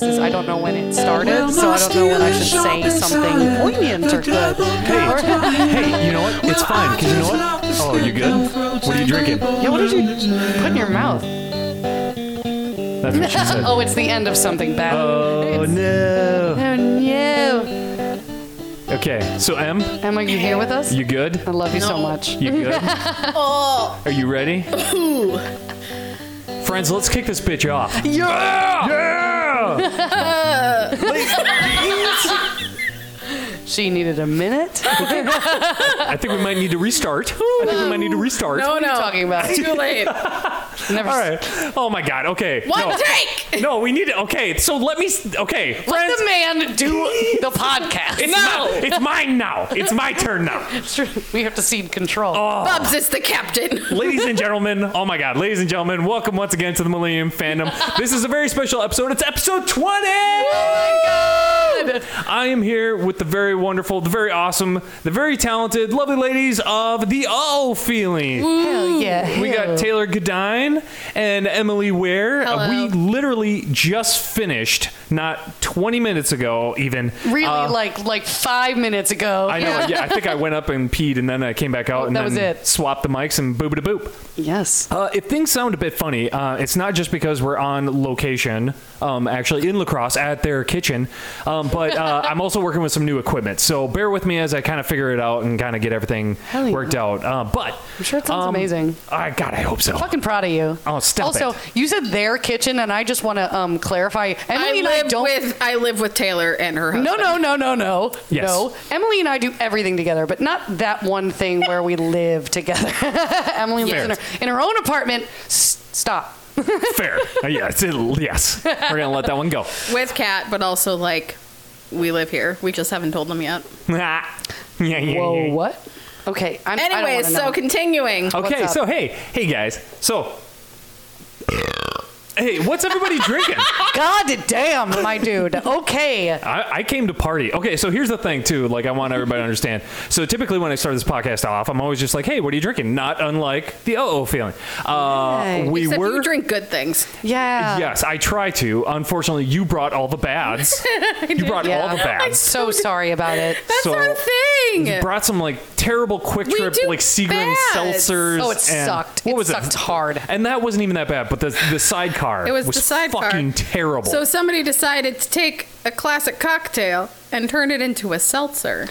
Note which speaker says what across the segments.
Speaker 1: when it started, so I don't know when I should say something poignant or good. Or-
Speaker 2: Hey, hey, you know what? It's fine, because you know what? Oh, you good? What are you drinking?
Speaker 1: yeah, what did you put in your mouth?
Speaker 2: That's what she said.
Speaker 1: oh, it's the end of something bad.
Speaker 2: Oh,
Speaker 1: It's-
Speaker 2: no.
Speaker 1: Oh no!
Speaker 2: Okay, so M,
Speaker 1: Emma, you here with us?
Speaker 2: you good?
Speaker 1: I love you so much.
Speaker 2: You good? Are you ready? Friends, let's kick this bitch off. Yeah! Yeah!
Speaker 1: She needed a minute.
Speaker 3: Oh,
Speaker 2: I think we might need to restart. I think we might need to restart.
Speaker 3: Oh no!
Speaker 1: talking about?
Speaker 3: Too late.
Speaker 1: Never.
Speaker 2: All right. Oh my God. Okay.
Speaker 3: One
Speaker 2: no.
Speaker 3: take.
Speaker 2: No, we need to. Okay, so let me. s- Okay, friends.
Speaker 1: Let the man do the podcast.
Speaker 2: it's
Speaker 3: No.
Speaker 2: my- it's mine now. It's my turn now.
Speaker 1: we have to cede control.
Speaker 2: Oh.
Speaker 3: Bubs is the captain.
Speaker 2: ladies and gentlemen, oh my god, ladies and gentlemen, welcome once again to the Millennium Fandom. This is a very special episode. It's episode 20! I am here with the very wonderful, the very awesome, the very talented, lovely ladies of the Oh Feeling.
Speaker 1: Hell yeah.
Speaker 2: We got Taylor Godine and Emily Ware. Uh,
Speaker 3: Hello.
Speaker 2: We literally just finished, not 20 minutes ago, even.
Speaker 1: really
Speaker 2: uh,
Speaker 1: like like five minutes ago.
Speaker 2: I know. Yeah. I think I went up and peed, and then I came back out, and
Speaker 1: Oh, that
Speaker 2: then
Speaker 1: was it.
Speaker 2: swapped the mics and boobada boop.
Speaker 1: Yes.
Speaker 2: Uh, if things sound a bit funny, uh, it's not just because we're on location, um, actually in lacrosse at their kitchen, um, but uh, I'm also working with some new equipment. So bear with me as I kind of figure it out and kind of get everything
Speaker 1: yeah.
Speaker 2: worked out. Uh, but um,
Speaker 1: I'm sure it sounds amazing.
Speaker 2: I God, I hope so.
Speaker 1: Fucking proud of you.
Speaker 2: Oh, stop
Speaker 1: Also,
Speaker 2: it.
Speaker 1: you said their kitchen, and I just want to um, clarify. Emily
Speaker 3: I
Speaker 1: and I
Speaker 3: live
Speaker 1: don't.
Speaker 3: with I live with Taylor and her
Speaker 1: no,
Speaker 3: husband.
Speaker 1: no, no, no, no,
Speaker 2: Yes.
Speaker 1: no. Emily and I do everything together, but not that one thing where we live together. Emily lives in
Speaker 2: Fair.
Speaker 1: her, in her own apartment. S- stop.
Speaker 2: Fair. Uh, yes, it- yes. We're gonna let that one go.
Speaker 3: With Kat, but also like we live here. We just haven't told them yet.
Speaker 2: yeah, yeah, yeah.
Speaker 1: Whoa,
Speaker 2: yeah.
Speaker 1: what? Okay. I'm, I don't
Speaker 3: Anyway,
Speaker 1: wanna
Speaker 3: so
Speaker 1: know.
Speaker 3: continuing.
Speaker 2: Okay,
Speaker 1: What's
Speaker 2: so
Speaker 1: up?
Speaker 2: hey, hey guys, so. Hey, what's everybody drinking?
Speaker 1: God damn, my dude. Okay.
Speaker 2: I, I came to party. Okay, so here's the thing too. Like, I want everybody to understand. So typically, when I start this podcast off, I'm always just like, "Hey, what are you drinking?" Not unlike the oh feeling. Uh,
Speaker 1: Right.
Speaker 2: We
Speaker 3: Except
Speaker 2: were.
Speaker 3: you drink good things.
Speaker 1: Yeah.
Speaker 2: Yes, I try to. Unfortunately, you brought all the bads. you brought all the
Speaker 1: I'm
Speaker 2: bads.
Speaker 1: so sorry about it.
Speaker 3: That's
Speaker 2: So-
Speaker 3: our thing.
Speaker 2: You brought some like terrible quick
Speaker 3: We
Speaker 2: trip
Speaker 3: do
Speaker 2: like Seagrin
Speaker 3: bads.
Speaker 2: seltzers.
Speaker 1: Oh, it
Speaker 2: and-
Speaker 1: sucked.
Speaker 2: What
Speaker 1: It
Speaker 2: was
Speaker 1: sucked hard.
Speaker 2: And that wasn't even that bad. But the the sidecar.
Speaker 3: it was, the sidecar.
Speaker 2: fucking terrible.
Speaker 3: So somebody decided to take a classic cocktail and turn it into a seltzer.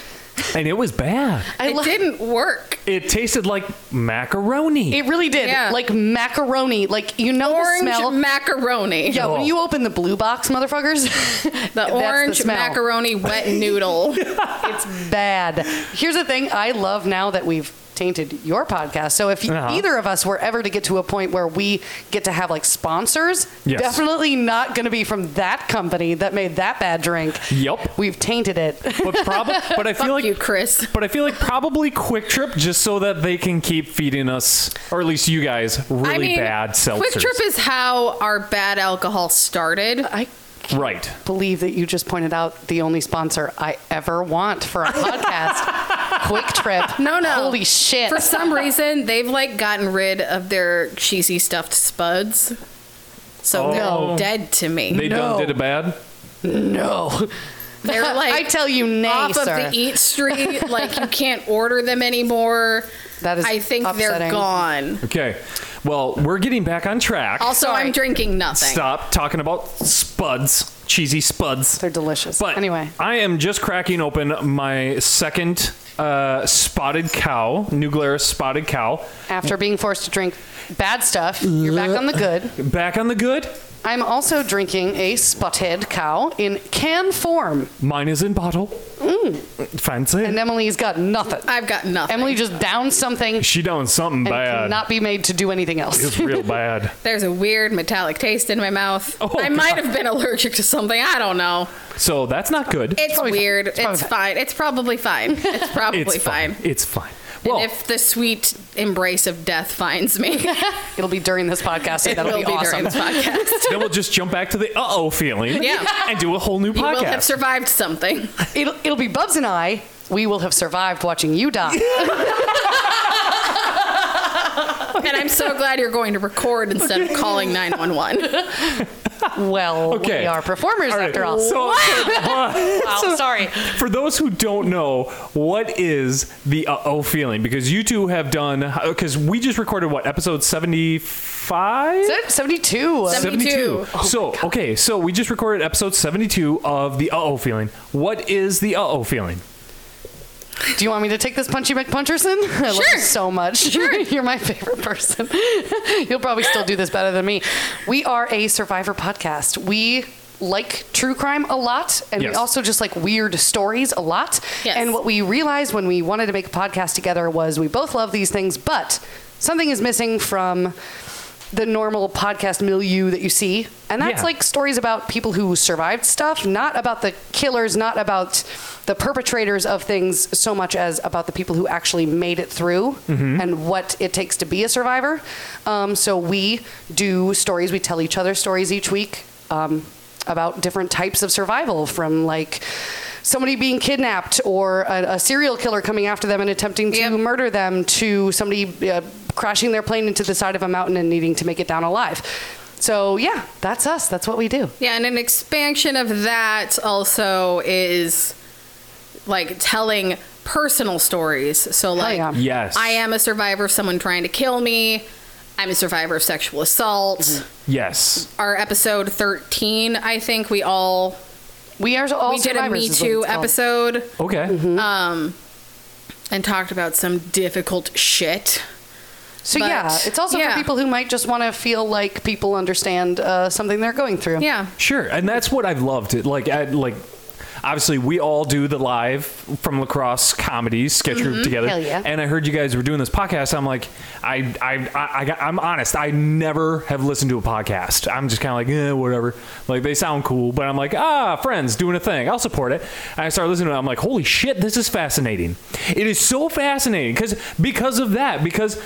Speaker 2: and it was bad.
Speaker 1: I
Speaker 3: it
Speaker 1: lo-
Speaker 3: didn't work.
Speaker 2: It tasted like macaroni.
Speaker 1: It really did.
Speaker 3: Yeah.
Speaker 1: Like macaroni. Like you know
Speaker 3: Orange
Speaker 1: the smell.
Speaker 3: macaroni.
Speaker 1: yeah,
Speaker 2: Oh.
Speaker 1: when you open the blue box, motherfuckers,
Speaker 3: The
Speaker 1: that's
Speaker 3: orange
Speaker 1: smell.
Speaker 3: macaroni wet noodle.
Speaker 1: It's bad. Here's the thing I love now that we've tainted your podcast. So if
Speaker 2: Uh-huh.
Speaker 1: either of us were ever to get to a point where we get to have like sponsors,
Speaker 2: Yes.
Speaker 1: definitely not going to be from that company that made that bad drink.
Speaker 2: Yep.
Speaker 1: We've tainted it.
Speaker 2: but probably. But I feel
Speaker 3: Fuck
Speaker 2: like
Speaker 3: you, Chris.
Speaker 2: But I feel like probably Quick Trip just so that they can keep feeding us, or at least you guys, really
Speaker 3: I mean,
Speaker 2: bad seltzers.
Speaker 3: Quick Trip is how our bad alcohol started.
Speaker 1: I
Speaker 2: right.
Speaker 1: believe that you just pointed out the only sponsor I ever want for a podcast. Quick Trip.
Speaker 3: No, no.
Speaker 1: Holy shit.
Speaker 3: For some reason, they've like gotten rid of their cheesy stuffed spuds. So
Speaker 2: Oh.
Speaker 3: they're dead to me.
Speaker 2: They
Speaker 1: No.
Speaker 2: done did it bad.
Speaker 1: no.
Speaker 3: They're like
Speaker 1: I tell you, nay,
Speaker 3: off
Speaker 1: sir.
Speaker 3: of the e- Eat Street. like you can't order them anymore.
Speaker 1: That is
Speaker 3: I think they're
Speaker 1: upsetting.
Speaker 3: gone.
Speaker 2: Okay. Well, we're getting back on track.
Speaker 3: Also,
Speaker 1: Sorry.
Speaker 3: I'm drinking nothing.
Speaker 2: Stop talking about spuds, cheesy spuds.
Speaker 1: They're delicious.
Speaker 2: But
Speaker 1: anyway,
Speaker 2: I am just cracking open my second uh, spotted cow, New Glarus spotted cow.
Speaker 1: after being forced to drink bad stuff, you're back on the good.
Speaker 2: Back on the good.
Speaker 1: I'm also drinking a spotted cow in can form,
Speaker 2: Mine is in bottle.
Speaker 3: Mm.
Speaker 2: Fancy.
Speaker 1: and Emily's got nothing.
Speaker 3: I've got nothing.
Speaker 1: Emily just downed something
Speaker 2: she done something
Speaker 1: and
Speaker 2: bad.
Speaker 1: cannot be made to do anything else.
Speaker 2: it's real bad.
Speaker 3: There's a weird metallic taste in my mouth.
Speaker 2: Oh,
Speaker 3: I might
Speaker 2: God.
Speaker 3: have been allergic to something. I don't know.
Speaker 2: So that's not good.
Speaker 3: It's
Speaker 1: probably fine.
Speaker 3: weird.
Speaker 1: It's
Speaker 3: It's,
Speaker 1: probably fine.
Speaker 3: fine. It's probably fine. It's probably
Speaker 2: it's fine. It's fine. Well,
Speaker 3: And if the sweet embrace of death finds me,
Speaker 1: It'll be during this podcast, so
Speaker 3: it
Speaker 1: that'll
Speaker 3: will
Speaker 1: be
Speaker 3: be,
Speaker 1: awesome.
Speaker 3: during this podcast.
Speaker 2: then we'll just jump back to the uh oh feeling
Speaker 3: Yeah.
Speaker 2: and do a whole new
Speaker 3: you
Speaker 2: podcast.
Speaker 3: will have survived something.
Speaker 1: It'll, it'll be Bubs and I. We will have survived watching you die.
Speaker 3: And I'm so glad you're going to record instead of calling 911.
Speaker 1: well,
Speaker 2: Okay.
Speaker 1: we are performers
Speaker 2: All right.
Speaker 1: after all.
Speaker 2: So,
Speaker 1: wow, sorry.
Speaker 2: for those who don't know, what is the uh oh feeling? Because you two have done, because we just recorded what, episode 75?
Speaker 1: Is it 72?
Speaker 3: Seven- 72.
Speaker 2: so, okay, so we just recorded episode 72 of the uh oh feeling. What is the uh oh feeling?
Speaker 1: Do you want me to take this Punchy McPuncherson? I love
Speaker 3: Sure.
Speaker 1: you so much. You're my favorite person. You'll probably still do this better than me. We are a survivor podcast. We like true crime a lot, and we
Speaker 2: Yes.
Speaker 1: also just like weird stories a lot.
Speaker 3: Yes.
Speaker 1: And what we realized when we wanted to make a podcast together was we both love these things, but something is missing from the normal podcast milieu that you see. And that's
Speaker 2: Yeah.
Speaker 1: like stories about people who survived stuff, not about the killers, not about the perpetrators of things so much as about the people who actually made it through and what it takes to be a survivor. Um, so we do stories, we tell each other stories each week um, about different types of survival from like somebody being kidnapped or a, a serial killer coming after them and attempting to
Speaker 3: Yep.
Speaker 1: murder them to somebody uh, crashing their plane into the side of a mountain and needing to make it down alive. So yeah, that's us. That's what we do.
Speaker 3: Yeah, and an expansion of that also is like telling personal stories. So like
Speaker 1: yeah.
Speaker 2: Yes.
Speaker 3: I am a survivor of someone trying to kill me. I'm a survivor of sexual assault.
Speaker 1: Mm-hmm.
Speaker 2: Yes.
Speaker 3: Our episode 13, I think we all
Speaker 1: We are all
Speaker 3: we did a
Speaker 1: survivors
Speaker 3: Me
Speaker 1: is what
Speaker 3: Too
Speaker 1: it's called.
Speaker 3: episode
Speaker 2: Okay.
Speaker 3: and talked about some difficult shit.
Speaker 1: So
Speaker 3: but-
Speaker 1: yeah, it's also
Speaker 3: yeah.
Speaker 1: for people who might just want to feel like people understand uh, something they're going through.
Speaker 3: Yeah.
Speaker 2: Sure, and that's what I've loved. It like I, like obviously we all do the live from lacrosse comedy sketch group together.
Speaker 1: Mm-hmm. Hell yeah.
Speaker 2: And I heard you guys were doing this podcast. I'm like, I I I, I got, I'm honest. I never have listened to a podcast. I'm just kind of like, eh, whatever. Like they sound cool, but I'm like, ah, friends doing a thing. I'll support it. And I started listening to it. I'm like, holy shit, this is fascinating. It is so fascinating because because of that because.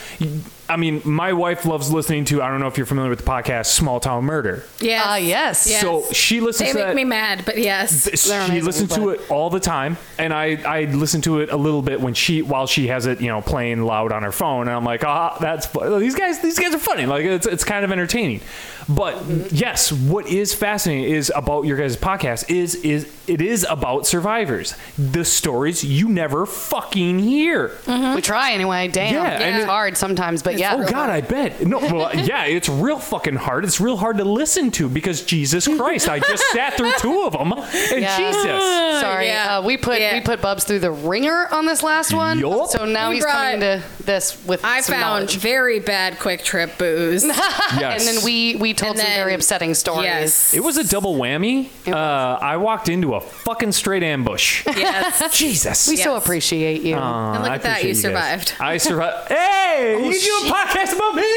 Speaker 2: I mean, my wife loves listening to. I don't know if you're familiar with the podcast Small Town Murder.
Speaker 3: Yes.
Speaker 1: Ah, yes.
Speaker 2: So she listens
Speaker 3: They
Speaker 2: to
Speaker 3: make
Speaker 2: that-
Speaker 3: me mad, but yes.
Speaker 2: She
Speaker 1: They're amazing,
Speaker 2: listens to
Speaker 1: but-
Speaker 2: it all the time, and I I listen to it a little bit when she while she has it you know playing loud on her phone, and I'm like ah that's fu- these guys these guys are funny like it's it's kind of entertaining, but yes, what is fascinating is about your guys' podcast is is it is about survivors, the stories you never fucking hear.
Speaker 3: Mm-hmm.
Speaker 1: We try anyway. Damn,
Speaker 2: Yeah, and
Speaker 1: it's
Speaker 3: it-
Speaker 1: hard sometimes, but yeah.
Speaker 2: Oh God, I bet. No, well, yeah, it's real fucking hard. It's real hard to listen to because Jesus Christ, I just sat through two of them, and
Speaker 1: Yeah.
Speaker 2: Jesus.
Speaker 1: Sorry,
Speaker 3: Yeah.
Speaker 1: uh, we put
Speaker 3: Yeah.
Speaker 1: we put Bubs through the ringer on this last one.
Speaker 2: Yup.
Speaker 1: So now
Speaker 3: We
Speaker 1: he's
Speaker 3: brought-
Speaker 1: coming to this with
Speaker 3: I
Speaker 1: some
Speaker 3: found
Speaker 1: knowledge.
Speaker 3: very bad quick trip booze.
Speaker 2: Yes.
Speaker 1: And then we we told
Speaker 3: And
Speaker 1: some
Speaker 3: then-
Speaker 1: very upsetting stories.
Speaker 3: Yes.
Speaker 2: It was a double whammy. Uh, I walked into a fucking straight ambush.
Speaker 3: Yes.
Speaker 2: Jesus.
Speaker 1: We so
Speaker 3: Yes.
Speaker 1: appreciate you.
Speaker 2: Uh,
Speaker 3: And look
Speaker 2: I
Speaker 3: at that,
Speaker 2: appreciate
Speaker 3: you
Speaker 2: guys.
Speaker 3: survived. Oh,
Speaker 2: I survived. Hey, you can do a podcast about me.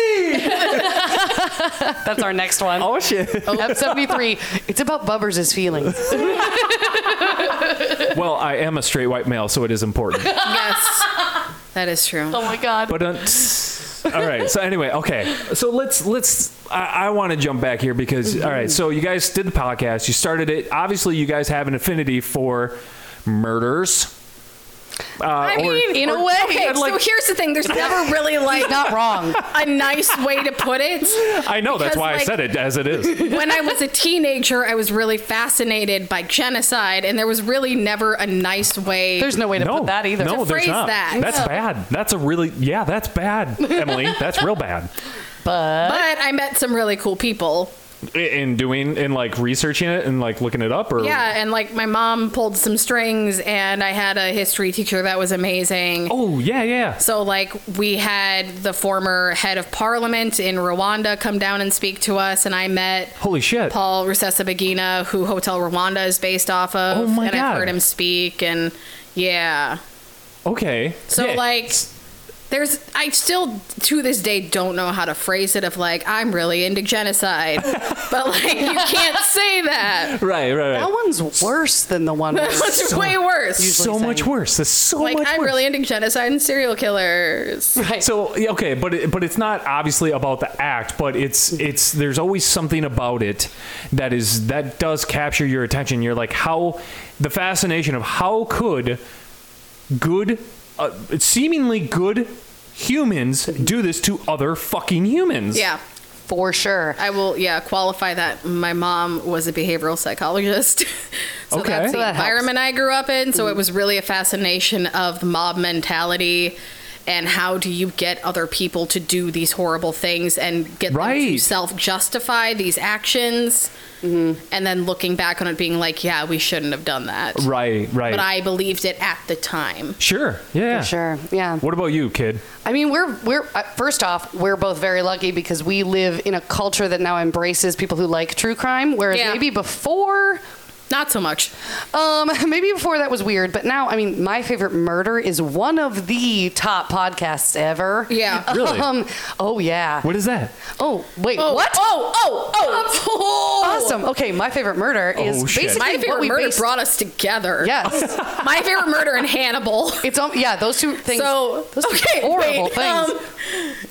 Speaker 1: That's our next one.
Speaker 2: oh shit.
Speaker 1: Episode 73. It's about Bubbers' feelings.
Speaker 3: Oh
Speaker 2: well, I am a straight white male, so it is important.
Speaker 3: yes. That is true.
Speaker 1: Oh my God.
Speaker 2: But uh, all right. So anyway, okay. So let's let's. I, I want to jump back here because all right. So you guys did the podcast. You started it. Obviously, you guys have an affinity for murders. Uh,
Speaker 3: I
Speaker 2: or-
Speaker 3: mean,
Speaker 1: in a
Speaker 3: or-
Speaker 1: way,
Speaker 3: Okay,
Speaker 2: I'd like-
Speaker 3: so here's the thing. There's never really like
Speaker 1: Not wrong.
Speaker 3: a nice way to put it.
Speaker 2: I know that's
Speaker 3: because,
Speaker 2: why I
Speaker 3: like-
Speaker 2: said it as it is.
Speaker 3: When I was a teenager, I was really fascinated by genocide, and there was really never a nice way.
Speaker 1: There's no way to put that either.
Speaker 2: No,
Speaker 3: To
Speaker 2: there's
Speaker 3: phrase
Speaker 2: not.
Speaker 3: that.
Speaker 2: That's
Speaker 3: No.
Speaker 2: bad. That's a really yeah. That's bad, Emily. that's real bad.
Speaker 1: But
Speaker 3: but I met some really cool people.
Speaker 2: I- In doing in like researching it and like looking it up or
Speaker 3: Yeah, and like my mom pulled some strings, and I had a history teacher that was amazing.
Speaker 2: Oh yeah yeah.
Speaker 3: So, like, we had the former head of parliament in Rwanda come down and speak to us, and I met
Speaker 2: Holy shit.
Speaker 3: Paul Rusesabagina, who Hotel Rwanda is based off of.
Speaker 2: Oh my
Speaker 3: and
Speaker 2: God.
Speaker 3: I've heard him speak, and yeah.
Speaker 2: Okay.
Speaker 3: So,
Speaker 2: Yeah.
Speaker 3: like, there's, I still to this day don't know how to phrase it of like, I'm really into genocide. but, like, you can't say that.
Speaker 2: right right
Speaker 1: that
Speaker 2: right.
Speaker 1: one's worse than the one. we-
Speaker 3: That's way worse.
Speaker 1: usually
Speaker 2: So
Speaker 1: saying-
Speaker 2: much worse. That's so
Speaker 3: Like,
Speaker 2: much
Speaker 3: I'm
Speaker 2: worse.
Speaker 3: really into genocide and serial killers.
Speaker 1: Right.
Speaker 2: so yeah, okay, but it, but it's not obviously about the act, but it's it's there's always something about it that is that does capture your attention. You're like how the fascination of how could good, uh, seemingly good humans do this to other fucking humans.
Speaker 3: Yeah.
Speaker 1: for sure.
Speaker 3: I will, yeah, qualify that my mom was a behavioral psychologist. so
Speaker 2: Okay.
Speaker 3: that's
Speaker 2: So
Speaker 3: the
Speaker 1: that helps.
Speaker 3: environment I grew up in. So it was really a fascination of the mob mentality and how do you get other people to do these horrible things and get them to
Speaker 2: Right.
Speaker 3: self justify these actions. And then looking back on it being like, yeah, we shouldn't have done that.
Speaker 2: Right, right.
Speaker 3: But I believed it at the time.
Speaker 2: sure. Yeah.
Speaker 1: Sure. Yeah.
Speaker 2: What about you, kid?
Speaker 1: I mean, we're we're uh, first off, we're both very lucky because we live in a culture that now embraces people who like true crime, whereas
Speaker 3: Yeah.
Speaker 1: maybe before,
Speaker 3: Not so much.
Speaker 1: um, maybe before that was weird. But now, I mean, my favorite murder is one of the top podcasts ever.
Speaker 3: Yeah.
Speaker 2: Really?
Speaker 1: Um, oh yeah.
Speaker 2: What is that?
Speaker 1: Oh wait, what?
Speaker 3: Oh, oh, oh.
Speaker 1: Awesome. Okay, my favorite murder is
Speaker 2: Oh, shit.
Speaker 1: basically
Speaker 3: My
Speaker 1: what
Speaker 3: favorite
Speaker 1: we
Speaker 3: murder
Speaker 1: based-
Speaker 3: brought us together.
Speaker 1: Yes.
Speaker 3: My favorite murder in Hannibal.
Speaker 1: It's um, yeah, those two things.
Speaker 3: So
Speaker 1: those two
Speaker 3: okay,
Speaker 1: horrible
Speaker 3: wait,
Speaker 1: things.
Speaker 3: um,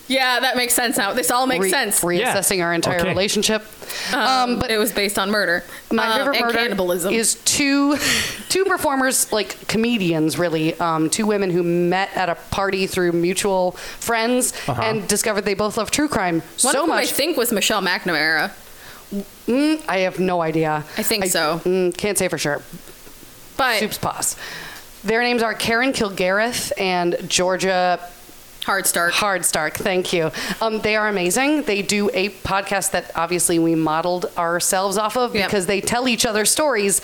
Speaker 3: yeah, that makes sense now. This all makes
Speaker 1: Re-
Speaker 3: sense.
Speaker 1: Reassessing
Speaker 2: Yeah.
Speaker 1: our entire
Speaker 2: Okay.
Speaker 1: relationship.
Speaker 3: um, but it was based on murder.
Speaker 1: My
Speaker 3: um,
Speaker 1: favorite
Speaker 3: and
Speaker 1: murder
Speaker 3: cannibalism.
Speaker 1: is two two performers, like comedians, really. Um, two women who met at a party through mutual friends and discovered they both love true crime
Speaker 3: Uh-huh. One
Speaker 1: so
Speaker 3: of them
Speaker 1: much.
Speaker 3: I think was Michelle McNamara.
Speaker 1: Mm, I have no idea.
Speaker 3: I think so.
Speaker 1: mm, can't say for sure.
Speaker 3: But
Speaker 1: Soup's pause. Their names are Karen Kilgareth and Georgia
Speaker 3: hard start.
Speaker 1: Hard Stark, thank you. Um, they are amazing. They do a podcast that obviously we modeled ourselves off of
Speaker 3: Yep.
Speaker 1: because they tell each other stories,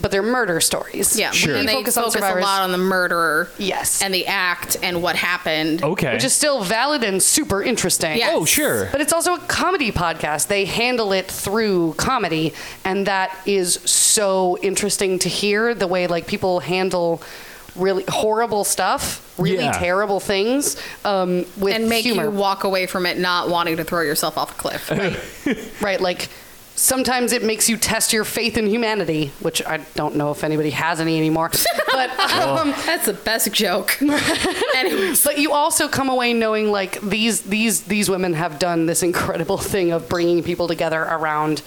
Speaker 1: but they're murder stories.
Speaker 3: yeah,
Speaker 1: We
Speaker 3: and they focus,
Speaker 1: focus on
Speaker 3: a
Speaker 1: survivors.
Speaker 3: lot on the murderer.
Speaker 1: Yes.
Speaker 3: and the act and what happened.
Speaker 2: Okay.
Speaker 1: Which is still valid and super interesting.
Speaker 3: Yes.
Speaker 2: Oh, sure.
Speaker 1: But it's also a comedy podcast. They handle it through comedy, and that is so interesting to hear the way like people handle really horrible stuff, really
Speaker 2: Yeah.
Speaker 1: terrible things um, with
Speaker 3: and make
Speaker 1: humor.
Speaker 3: you walk away from it not wanting to throw yourself off a cliff.
Speaker 1: Right, like sometimes it makes you test your faith in humanity, which I don't know if anybody has any anymore. but um,
Speaker 3: That's the best joke. Anyways,
Speaker 1: but you also come away knowing like these these these women have done this incredible thing of bringing people together around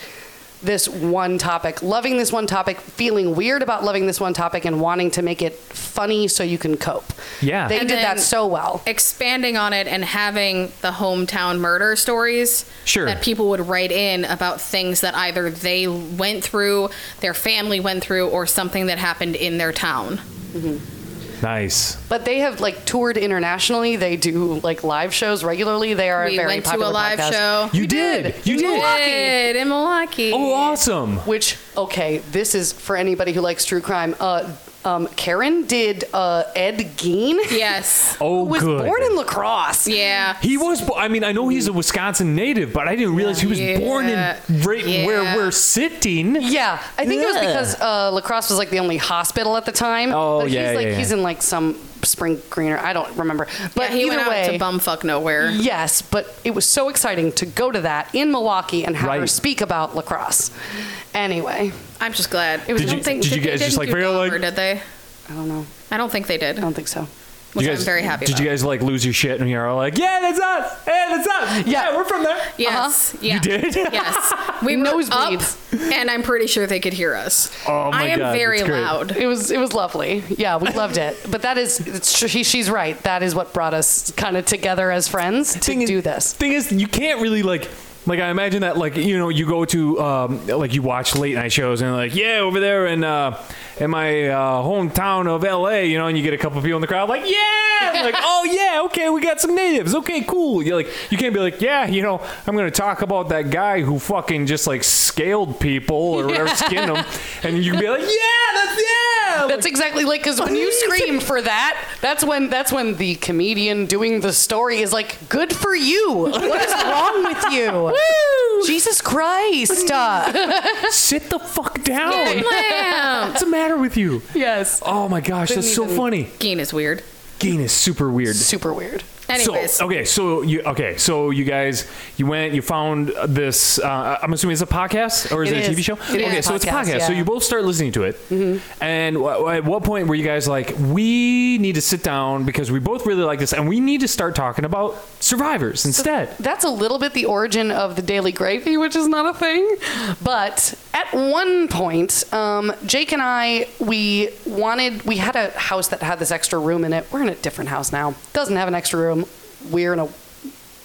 Speaker 1: this one topic, loving this one topic, feeling weird about loving this one topic and wanting to make it funny so you can cope.
Speaker 2: Yeah.
Speaker 1: They
Speaker 2: And
Speaker 1: did
Speaker 3: then-
Speaker 1: that so well.
Speaker 3: expanding on it and having the hometown murder stories
Speaker 2: Sure.
Speaker 3: that people would write in about things that either they went through, their family went through, or something that happened in their town.
Speaker 2: nice.
Speaker 1: But they have like toured internationally. They do like live shows regularly. They are
Speaker 3: we
Speaker 1: a very
Speaker 3: went to
Speaker 1: popular
Speaker 3: a live
Speaker 1: podcast.
Speaker 3: show.
Speaker 2: You did. You
Speaker 3: We
Speaker 2: did.
Speaker 3: did in Milwaukee.
Speaker 2: Oh, awesome.
Speaker 1: Which, okay, this is for anybody who likes true crime. Uh, um, Karen did uh, Ed Gein.
Speaker 3: Yes.
Speaker 2: Oh,
Speaker 1: who was
Speaker 2: good.
Speaker 1: born in Lacrosse.
Speaker 3: Yeah.
Speaker 2: He was. bo- I mean, I know he's a Wisconsin native, but I didn't realize he was
Speaker 3: Yeah.
Speaker 2: born in right
Speaker 3: Yeah.
Speaker 2: where we're sitting.
Speaker 1: Yeah, I think it was
Speaker 2: Yeah.
Speaker 1: because uh, Lacrosse was like the only hospital at the time.
Speaker 2: Oh,
Speaker 1: but
Speaker 2: yeah,
Speaker 1: he's like
Speaker 2: yeah, yeah.
Speaker 1: he's in like some spring greener. I don't remember. But
Speaker 3: yeah, he
Speaker 1: either
Speaker 3: went
Speaker 1: way,
Speaker 3: out to bumfuck nowhere.
Speaker 1: Yes, but it was so exciting to go to that in Milwaukee and have her
Speaker 2: Right.
Speaker 1: speak about lacrosse. Anyway,
Speaker 3: I'm just glad. It
Speaker 1: was-
Speaker 3: was,
Speaker 1: Did
Speaker 3: I
Speaker 1: you-
Speaker 3: don't think,
Speaker 2: did you
Speaker 3: they
Speaker 2: guys just,
Speaker 3: didn't
Speaker 2: like,
Speaker 3: do
Speaker 2: very, like-
Speaker 3: Dahmer, did they?
Speaker 1: I don't know.
Speaker 3: I don't think they did.
Speaker 1: I don't think so.
Speaker 3: Which
Speaker 2: you
Speaker 3: I'm
Speaker 2: guys,
Speaker 3: very happy
Speaker 2: Did
Speaker 3: about.
Speaker 2: you guys like lose your shit and you're all like, "Yeah, that's us. Hey, that's us.
Speaker 1: Yeah.
Speaker 2: Yeah, we're from there."
Speaker 3: Yes. Yeah.
Speaker 2: Uh-huh. You did?
Speaker 3: Yes. We were
Speaker 1: Nosebleeds.
Speaker 3: up, and I'm pretty sure they could hear us.
Speaker 2: Oh my
Speaker 3: I am
Speaker 2: God,
Speaker 3: very
Speaker 2: that's great.
Speaker 3: loud.
Speaker 1: It was it was lovely. Yeah, we loved it. But that is it's, she, she's right. That is what brought us kind of together as friends to
Speaker 2: thing is-
Speaker 1: do this.
Speaker 2: Thing is, you can't really like. Like I imagine that, like you know, you go to um, like you watch late night shows and like, yeah, over there in uh, in my uh, hometown of L.A., you know, and you get a couple people in the crowd like, yeah, And like oh yeah, okay, we got some natives, okay, cool. You like you can't be like, yeah, you know, I'm gonna talk about that guy who fucking just like scaled people or whatever, skinned them, and you can be like, yeah, that's yeah,
Speaker 1: That's exactly like because when you scream for that, that's when that's when the comedian doing the story is like, "Good for you! What is wrong with you? Jesus Christ!" Uh,
Speaker 2: sit the fuck down.
Speaker 3: Lamb.
Speaker 2: What's the matter with you?
Speaker 1: um, yes,
Speaker 2: Oh my gosh, that's so
Speaker 1: even-
Speaker 2: funny.
Speaker 3: Gene is weird.
Speaker 2: Gain is super weird.
Speaker 1: super weird.
Speaker 3: Anyways,
Speaker 2: So, okay, so you okay, so you guys, you went, you found this. Uh, I'm assuming it's a podcast or is it,
Speaker 1: It
Speaker 2: a
Speaker 1: is.
Speaker 2: TV show?
Speaker 1: It is
Speaker 2: okay,
Speaker 1: a
Speaker 2: so it's a
Speaker 1: podcast,
Speaker 2: podcast. So
Speaker 1: yeah. Mm-hmm.
Speaker 2: you both start listening to it, and w- w- at what point were you guys like, we need to sit down because we both really like this, and we need to start talking about survivors instead?
Speaker 1: That's a little bit the origin of the daily gravy, which is not a thing. But at one point, um, Jake and I, we wanted, we had a house that had this extra room in it. We're in a different house now. Doesn't have an extra room. We're in a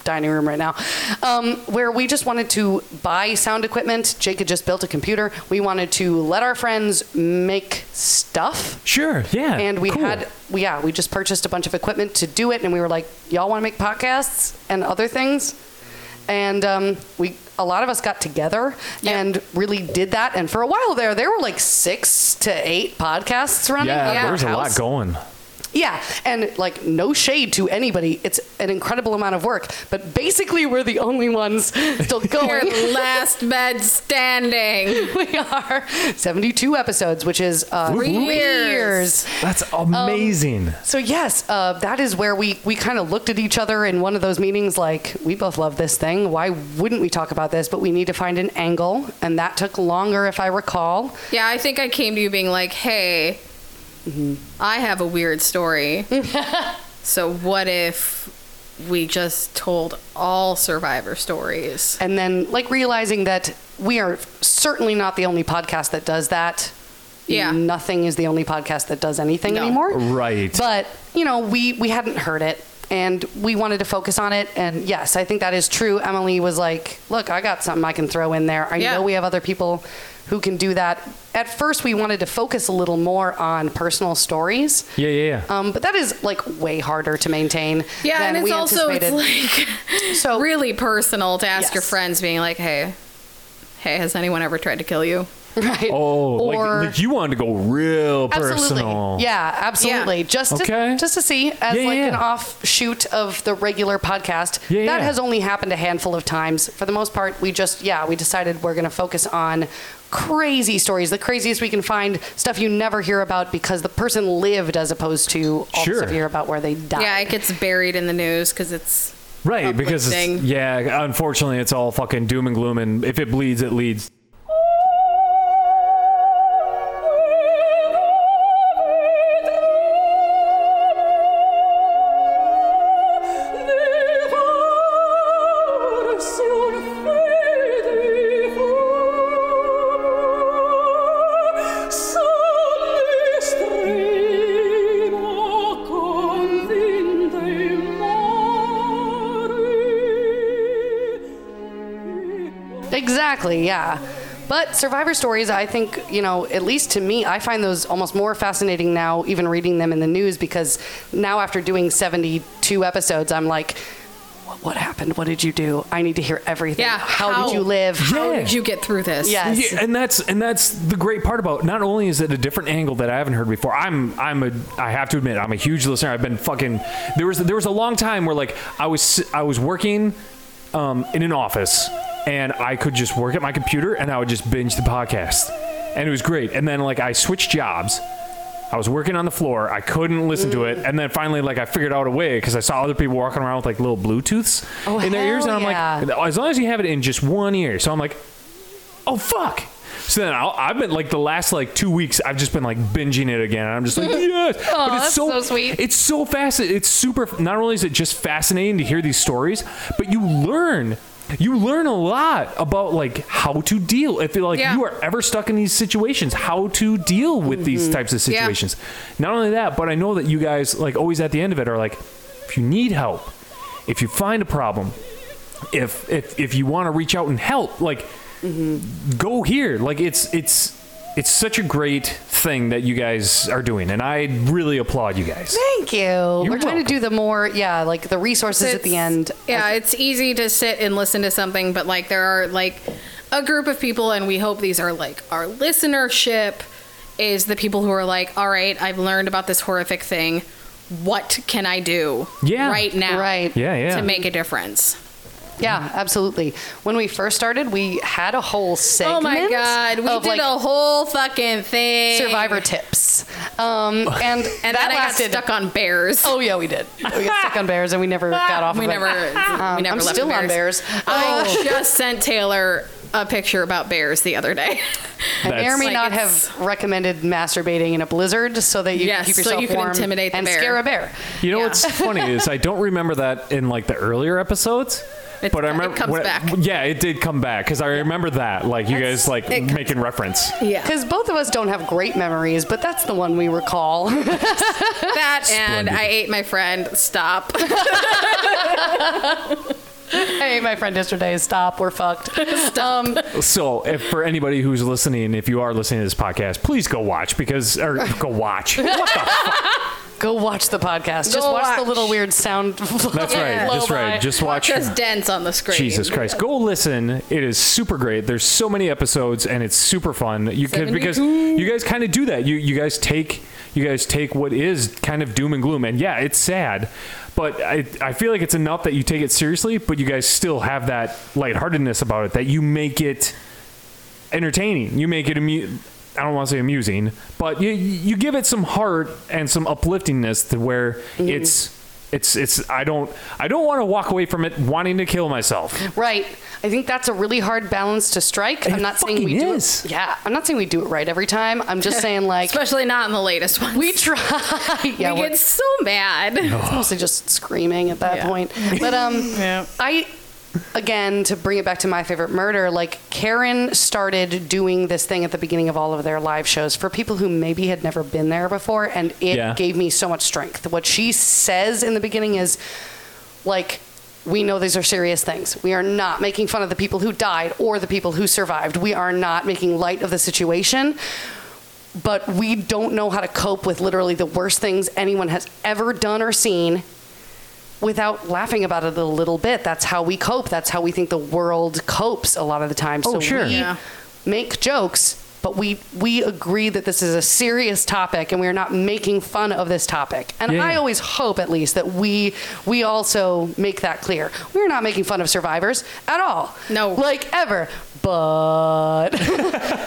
Speaker 1: dining room right now, um, where we just wanted to buy sound equipment. Jake had just built a computer. We wanted to let our friends make stuff
Speaker 2: Sure. Yeah.
Speaker 1: and we
Speaker 2: cool.
Speaker 1: had we- yeah we just purchased a bunch of equipment to do it and we were like y'all want to make podcasts and other things and um, we a lot of us got together
Speaker 3: Yeah.
Speaker 1: and really did that and for a while there there were like six to eight podcasts running
Speaker 2: Yeah,
Speaker 1: out of our
Speaker 2: there's a lot
Speaker 1: house.
Speaker 2: going.
Speaker 1: yeah and like no shade to anybody it's an incredible amount of work but basically we're the only ones still going
Speaker 3: Your last bed standing.
Speaker 1: we are 72 episodes which is uh,
Speaker 2: Whoop,
Speaker 1: three
Speaker 2: whoop.
Speaker 1: years
Speaker 2: That's
Speaker 1: Um,
Speaker 2: amazing.
Speaker 1: So yes, uh, that is where we we kind of looked at each other in one of those meetings, like we both love this thing. Why wouldn't we talk about this? But we need to find an angle, and that took longer, if I recall.
Speaker 3: Yeah, I think I came to you being like, hey, I have a weird story. so what if we just told all survivor stories?
Speaker 1: And then like realizing that we are certainly not the only podcast that does that.
Speaker 3: Yeah.
Speaker 1: nothing is the only podcast that does anything
Speaker 3: No.
Speaker 1: anymore.
Speaker 2: Right.
Speaker 1: But you know, we we hadn't heard it. And we wanted to focus on it. And yes, I think that is true. Emily was like, Look, I got something I can throw in there. I
Speaker 3: Yeah.
Speaker 1: know we have other people who can do that. At first, we wanted to focus a little more on personal stories.
Speaker 2: yeah, yeah, yeah.
Speaker 1: Um, but that is like way harder to maintain.
Speaker 3: Yeah,
Speaker 1: than
Speaker 3: and it's
Speaker 1: we
Speaker 3: also it's
Speaker 1: anticipated.
Speaker 3: like
Speaker 1: So-
Speaker 3: really personal to ask your
Speaker 1: Yes.
Speaker 3: friends, being like, "Hey, hey, has anyone ever tried to kill you?"
Speaker 1: right?
Speaker 2: oh, like-
Speaker 1: or
Speaker 2: like, you wanted to go real
Speaker 1: absolutely,
Speaker 2: personal.
Speaker 1: yeah, absolutely. Just to,
Speaker 2: Okay.
Speaker 1: just to see as
Speaker 2: Yeah,
Speaker 1: like
Speaker 2: yeah.
Speaker 1: an offshoot of the regular podcast.
Speaker 2: Yeah,
Speaker 1: that
Speaker 2: yeah.
Speaker 1: has only happened a handful of times. For the most part, we just yeah we decided we're going to focus on crazy stories, the craziest we can find, stuff you never hear about because the person lived as opposed to all
Speaker 2: Sure.
Speaker 1: the stuff you hear about where they died.
Speaker 3: Yeah, it gets buried in the news because it's
Speaker 2: Right, because it's,
Speaker 3: Uplifting.
Speaker 2: yeah, unfortunately, it's all fucking doom and gloom, and if it bleeds, it leads.
Speaker 1: Exactly, yeah. But survivor stories, I think, you know, at least to me, I find those almost more fascinating now, even reading them in the news, because now after doing 72 episodes, I'm like, what, what happened? What did you do? I need to hear everything.
Speaker 3: Yeah,
Speaker 1: How,
Speaker 3: how-
Speaker 1: did you live?
Speaker 3: how
Speaker 2: Yeah.
Speaker 3: did you get through this?
Speaker 1: Yes.
Speaker 2: Yeah, and that's and that's the great part about not only is it a different angle that I haven't heard before. I'm I'm a I have to admit I'm a huge listener. I've been fucking there was there was a long time where like I was I was working um, in an office and I could just work at my computer and I would just binge the podcast and it was great. And then like I switched jobs. I was working on the floor. I couldn't listen to it, and then finally, like, I figured out a way because I saw other people walking around with like little Bluetooths
Speaker 1: Oh,
Speaker 2: in their
Speaker 1: hell
Speaker 2: ears, and I'm
Speaker 1: yeah.
Speaker 2: like, as long as you have it in just one ear. So I'm like, oh fuck. So then I'll, I've been like the last like two weeks, I've just been like binging it again. And I'm just like, yes.
Speaker 1: Aw, that's so sweet.
Speaker 2: It's so fast. It's super. Not only is it just fascinating to hear these stories, but you learn. You learn a lot about like how to deal if like
Speaker 3: Yeah.
Speaker 2: you are ever stuck in these situations, how to deal with these
Speaker 1: Mm-hmm.
Speaker 2: types of
Speaker 3: Yeah.
Speaker 2: situations. Not only that, but I know that you guys like always at the end of it are like, if you need help, if you find a problem, if if if you want to reach out and help, like go here. Like it's it's it's such a great thing that you guys are doing, and I really applaud you guys.
Speaker 1: Thank you. We're trying
Speaker 2: welcome.
Speaker 1: to do the more, yeah, like the resources at
Speaker 3: It's-
Speaker 1: the end.
Speaker 3: Yeah, it's easy to sit and listen to something, but like there are like a group of people, and we hope these are like our listenership is the people who are like, all right, I've learned about this horrific thing. What can I do
Speaker 2: Yeah.
Speaker 3: right now
Speaker 1: Right.
Speaker 2: Yeah, yeah.
Speaker 3: to make a difference?
Speaker 1: Yeah, absolutely. When we first started, we had a whole segment.
Speaker 3: Oh my god, we
Speaker 1: of,
Speaker 3: did
Speaker 1: like,
Speaker 3: a whole fucking thing.
Speaker 1: survivor tips. Um, and
Speaker 3: and
Speaker 1: that
Speaker 3: then
Speaker 1: lasted.
Speaker 3: I got stuck on bears.
Speaker 1: Oh yeah, we did. We got stuck on bears, and we never got off.
Speaker 3: we
Speaker 1: of
Speaker 3: never,
Speaker 1: It. Um,
Speaker 3: we never
Speaker 1: I'm
Speaker 3: left
Speaker 1: still
Speaker 3: the
Speaker 1: on
Speaker 3: bears. Oh.
Speaker 1: bears. Oh.
Speaker 3: I just sent Taylor a picture about bears the other day.
Speaker 1: I may or may
Speaker 3: Like,
Speaker 1: not
Speaker 3: it's-
Speaker 1: have recommended masturbating in a blizzard so that you can
Speaker 3: Yes,
Speaker 1: keep
Speaker 3: so
Speaker 1: yourself
Speaker 3: you can
Speaker 1: warm
Speaker 3: intimidate the
Speaker 1: and
Speaker 3: bear.
Speaker 1: scare a bear.
Speaker 2: You know
Speaker 3: Yeah.
Speaker 2: what's funny is I don't remember that in like the earlier episodes.
Speaker 3: It's-
Speaker 2: but I
Speaker 3: it
Speaker 2: remember,
Speaker 3: comes
Speaker 2: when-
Speaker 3: back.
Speaker 2: yeah, it did come back because I remember that, like you
Speaker 1: That's-
Speaker 2: guys like
Speaker 1: it comes-
Speaker 2: making reference.
Speaker 3: Yeah,
Speaker 1: Because both of us don't have great memories, but that's the one we recall.
Speaker 3: that and
Speaker 2: Splendid.
Speaker 3: I ate my friend. Stop.
Speaker 1: hey, my friend yesterday. Stop. We're fucked. Stop. Um,
Speaker 2: So, if, for anybody who's listening, if you are listening to this podcast, please go watch because or go watch. What the
Speaker 1: go watch the podcast. Just
Speaker 3: Go
Speaker 1: watch, the
Speaker 3: watch.
Speaker 1: little weird sound.
Speaker 2: That's right.
Speaker 1: blow
Speaker 2: Just
Speaker 1: by.
Speaker 2: right. Just watch.
Speaker 3: Just dents on the screen.
Speaker 2: Jesus Christ. Go listen. It is super great. There's so many episodes and it's super fun. You can because
Speaker 3: 72.
Speaker 2: you guys kind of do that. You you guys take you guys take what is kind of doom and gloom and yeah, it's sad. But I, I feel like it's enough that you take it seriously, but you guys still have that lightheartedness about it that you make it entertaining. You make it amu- I don't want to say amusing, but you you give it some heart and some upliftingness to where it's it's it's I don't I don't want to walk away from it wanting to kill myself.
Speaker 1: Right. I think that's a really hard balance to strike. I'm
Speaker 2: It
Speaker 1: not saying we
Speaker 2: fucking
Speaker 1: do
Speaker 2: is.
Speaker 1: it. Yeah, I'm not saying we do it right every time. I'm just saying like
Speaker 3: Especially not in the latest one.
Speaker 1: we try. yeah,
Speaker 3: we
Speaker 1: we're-
Speaker 3: get so mad.
Speaker 1: it's mostly just screaming at that
Speaker 3: Yeah.
Speaker 1: point. But um, I again to bring it back to my favorite murder. Like Karen started doing this thing at the beginning of all of their live shows for people who maybe had never been there before, and it
Speaker 2: Yeah.
Speaker 1: gave me so much strength. What she says in the beginning is like we know these are serious things. We are not making fun of the people who died or the people who survived. We are not making light of the situation. But we don't know how to cope with literally the worst things anyone has ever done or seen without laughing about it a little bit. That's how we cope. That's how we think the world copes a lot of the time.
Speaker 2: Oh,
Speaker 1: so
Speaker 2: sure.
Speaker 1: we
Speaker 3: Yeah.
Speaker 1: make jokes, but we we agree that this is a serious topic and we are not making fun of this topic. And
Speaker 2: Yeah.
Speaker 1: I always hope at least that we we also make that clear. We're not making fun of survivors at all.
Speaker 3: No.
Speaker 1: Like ever. But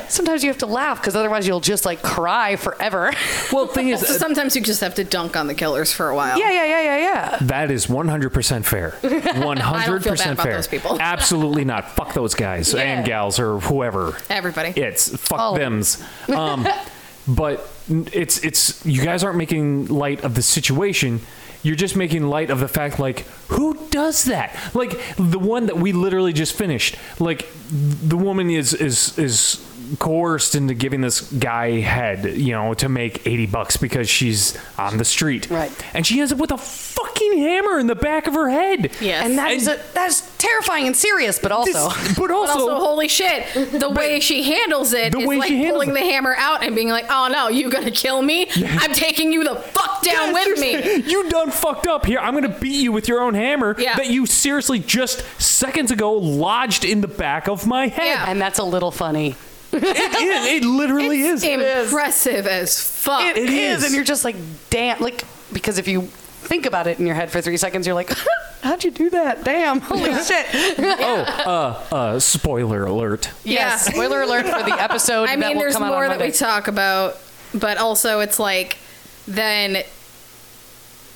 Speaker 1: sometimes you have to laugh because otherwise you'll just like cry forever.
Speaker 2: Well, thing
Speaker 3: So
Speaker 2: is,
Speaker 3: sometimes you just have to dunk on the killers for a while.
Speaker 1: yeah, yeah, yeah, yeah, yeah.
Speaker 2: that is 100% fair. 100%
Speaker 3: bad about
Speaker 2: fair.
Speaker 3: those people.
Speaker 2: Absolutely not. Fuck those guys
Speaker 1: Yeah.
Speaker 2: and gals or whoever.
Speaker 3: Everybody.
Speaker 2: It's fuck
Speaker 1: All of
Speaker 2: them's. Um, but it's it's you guys aren't making light of the situation. You're just making light of the fact, like who does that? Like the one that we literally just finished. Like the woman is is is coerced into giving this guy head, you know, to make eighty bucks because she's on the street.
Speaker 1: Right.
Speaker 2: And she ends up with a fucking hammer in the back of her head.
Speaker 3: Yes.
Speaker 1: And that
Speaker 2: And-
Speaker 1: is a, that's terrifying and serious, but
Speaker 2: This-
Speaker 1: also
Speaker 2: but
Speaker 3: But
Speaker 2: also,
Speaker 3: also, holy shit, the way she handles it
Speaker 2: The
Speaker 3: is
Speaker 2: way
Speaker 3: like
Speaker 2: she handles
Speaker 3: pulling
Speaker 2: it.
Speaker 3: the hammer out and being like, oh no, you gonna kill me? I'm taking you the fuck down
Speaker 2: Yes,
Speaker 3: with
Speaker 2: you're
Speaker 3: me.
Speaker 2: saying, You done fucked up here. I'm gonna beat you with your own hammer
Speaker 3: Yeah.
Speaker 2: that you seriously just seconds ago lodged in the back of my head.
Speaker 3: Yeah.
Speaker 1: and that's a little funny.
Speaker 2: It, it, it literally is.
Speaker 3: It's impressive as fuck.
Speaker 1: It
Speaker 2: It
Speaker 1: is.
Speaker 2: is.
Speaker 1: and you're just like, damn, like because if you think about it in your head for three seconds, you're like, how'd you do that? Damn, holy shit!
Speaker 2: Oh, uh, uh, spoiler alert.
Speaker 1: Yes, spoiler alert for the episode.
Speaker 3: I
Speaker 1: that
Speaker 3: mean,
Speaker 1: will
Speaker 3: there's
Speaker 1: come out on
Speaker 3: more that we
Speaker 1: Monday.
Speaker 3: talk about, but also it's like then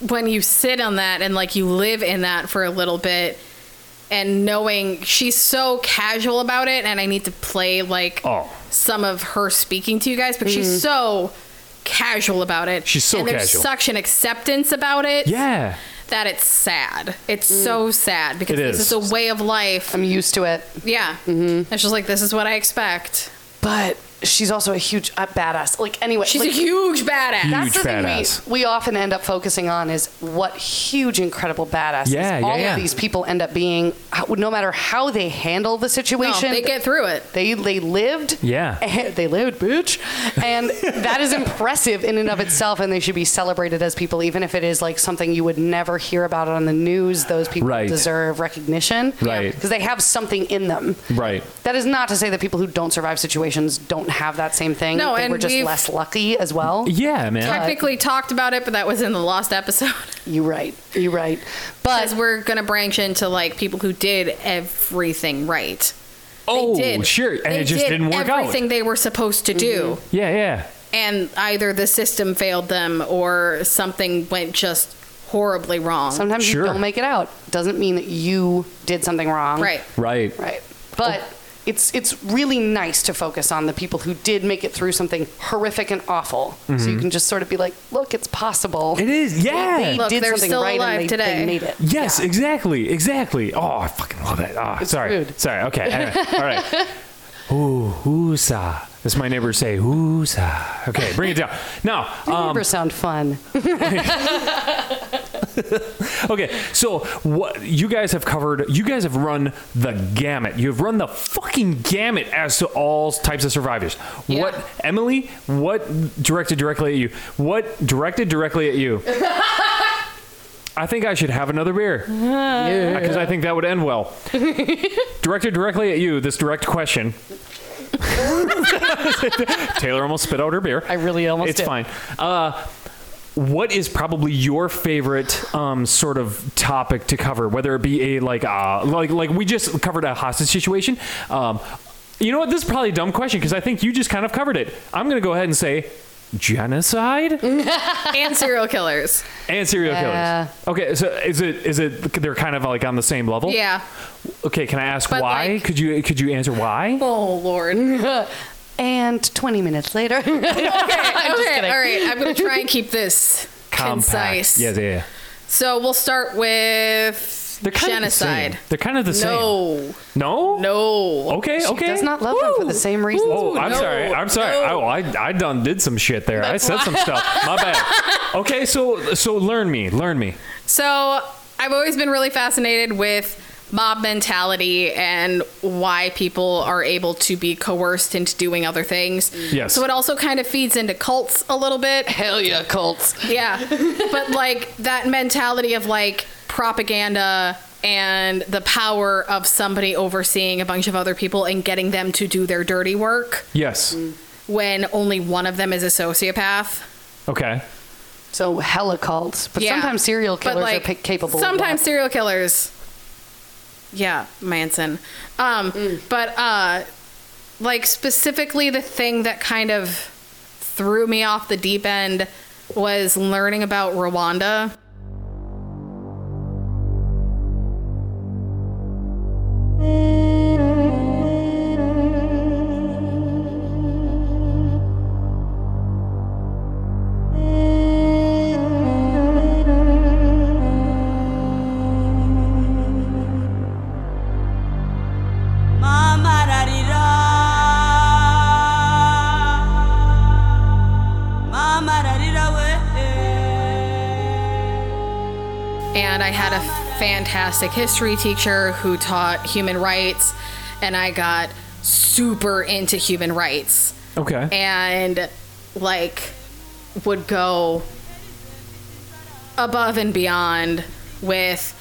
Speaker 3: when you sit on that and like you live in that for a little bit and knowing she's so casual about it and I need to play like
Speaker 2: Oh.
Speaker 3: some of her speaking to you guys, but she's so casual about it.
Speaker 2: She's so
Speaker 3: and there's
Speaker 2: casual.
Speaker 3: such an acceptance about it
Speaker 2: Yeah.
Speaker 3: that it's sad. It's so sad because
Speaker 2: It
Speaker 3: this
Speaker 2: is.
Speaker 3: is. a way of life.
Speaker 1: I'm used to it,
Speaker 3: yeah. Mm-hmm. It's just like this is what I expect.
Speaker 1: but she's also a huge uh, badass. Like anyway,
Speaker 3: She's
Speaker 1: like,
Speaker 3: a huge badass.
Speaker 2: Huge
Speaker 1: That's the
Speaker 2: badass.
Speaker 1: thing we, we often end up focusing on is what huge, incredible badasses
Speaker 2: Yeah, yeah,
Speaker 1: all
Speaker 2: yeah.
Speaker 1: of these people end up being, how- no matter how they handle the
Speaker 3: No,
Speaker 1: situation.
Speaker 3: they get through it.
Speaker 1: They they lived.
Speaker 2: Yeah.
Speaker 1: And- they lived, bitch. And that is impressive in and of itself, and they should be celebrated as people, even if it is like something you would never hear about on the news. Those people
Speaker 2: Right.
Speaker 1: deserve recognition,
Speaker 2: Right.
Speaker 1: Because they have something in them,
Speaker 2: Right.
Speaker 1: That is not to say that people who don't survive situations don't have that same thing.
Speaker 3: No,
Speaker 1: they
Speaker 3: and
Speaker 1: were just
Speaker 3: we've-
Speaker 1: less lucky as well.
Speaker 2: Yeah, man.
Speaker 3: Technically talked about it, but that was in the lost episode.
Speaker 1: You're right. You're right.
Speaker 3: Because
Speaker 1: But
Speaker 3: we're gonna branch into like people who did everything right.
Speaker 2: Oh,
Speaker 3: they did.
Speaker 2: sure. And
Speaker 3: They
Speaker 2: it just
Speaker 3: did
Speaker 2: didn't work out.
Speaker 3: everything they were supposed to do,
Speaker 2: Yeah, yeah.
Speaker 3: and either the system failed them or something went just horribly wrong.
Speaker 1: sometimes
Speaker 2: Sure.
Speaker 1: you don't make it out. Doesn't mean that you did something wrong,
Speaker 3: right.
Speaker 2: Right.
Speaker 1: Right. But it's it's really nice to focus on the people who did make it through something horrific and awful. So you can just sort of be like, look, it's possible.
Speaker 2: Mm-hmm. It is. Yeah.
Speaker 1: They
Speaker 3: Look,
Speaker 1: did
Speaker 3: they're
Speaker 1: something
Speaker 3: still
Speaker 1: right
Speaker 3: alive
Speaker 1: and they,
Speaker 3: today.
Speaker 1: they made it.
Speaker 2: Yes, exactly, exactly. Oh, I fucking love it. Oh, sorry,
Speaker 1: rude.
Speaker 2: sorry. Okay, anyway, all right. Ooh, hoosah. As my neighbors say, hoosah. Okay, bring it down. Now, um,
Speaker 1: Neighbors sound fun.
Speaker 2: Okay, so what you guys have covered, you guys have run the gamut. You've run the fucking gamut as to all types of survivors.
Speaker 3: Yeah.
Speaker 2: What, Emily? What directed directly at you? What directed directly at you? I think I should have another beer because I think that would end well. directed directly at you, this direct question. Taylor almost spit out her beer.
Speaker 4: I really almost
Speaker 2: It's
Speaker 4: did.
Speaker 2: fine. Uh, what is probably your favorite um, sort of topic to cover? Whether it be a like uh, like like we just covered a hostage situation. Um, you know what? This is probably a dumb question because I think you just kind of covered it. I'm gonna go ahead and say
Speaker 3: Mm.
Speaker 2: genocide
Speaker 3: and serial killers.
Speaker 2: and serial
Speaker 1: Yeah.
Speaker 2: killers. Okay, so is it is it they're kind of like on the same level?
Speaker 3: Yeah.
Speaker 2: Okay, can I ask
Speaker 3: But,
Speaker 2: why?
Speaker 3: like-
Speaker 2: could you could you answer why?
Speaker 3: Oh lord.
Speaker 1: And 20 minutes later. I'm just
Speaker 3: okay,
Speaker 1: kidding.
Speaker 3: all right. I'm gonna try and keep this concise.
Speaker 2: Yeah, yeah, yeah.
Speaker 3: So we'll start with
Speaker 2: They're kind
Speaker 3: genocide.
Speaker 2: Of the same. They're kind of the
Speaker 3: No,
Speaker 2: same. No.
Speaker 3: no.
Speaker 2: Okay.
Speaker 1: She
Speaker 2: okay.
Speaker 1: does not love them for the same reasons.
Speaker 2: Oh,
Speaker 3: Ooh,
Speaker 2: I'm
Speaker 3: no,
Speaker 2: sorry. I'm sorry. Oh,
Speaker 3: no.
Speaker 2: I, I done did some shit there. I said some stuff. My bad. Okay, so so learn me, learn me.
Speaker 3: So I've always been really fascinated with mob mentality and why people are able to be coerced into doing other things.
Speaker 2: Yes.
Speaker 3: So it also kind of feeds into cults a little bit.
Speaker 1: Hell yeah, cults.
Speaker 3: Yeah. but like that mentality of like propaganda and the power of somebody overseeing a bunch of other people and getting them to do their dirty work
Speaker 2: Yes.
Speaker 1: Mm.
Speaker 3: when only one of them is a sociopath.
Speaker 2: Okay.
Speaker 1: So hella cults. But
Speaker 3: Yeah.
Speaker 1: sometimes serial
Speaker 3: But,
Speaker 1: killers
Speaker 3: like,
Speaker 1: are pa- capable
Speaker 3: Sometimes
Speaker 1: of
Speaker 3: serial killers. Yeah, Manson. Um, But uh, like specifically, the thing that kind of threw me off the deep end was learning about Rwanda.
Speaker 5: Mama rarira. Mama rarira we.
Speaker 3: and I had a fantastic history teacher who taught human rights, and I got super into human rights
Speaker 2: Okay.
Speaker 3: and like would go above and beyond with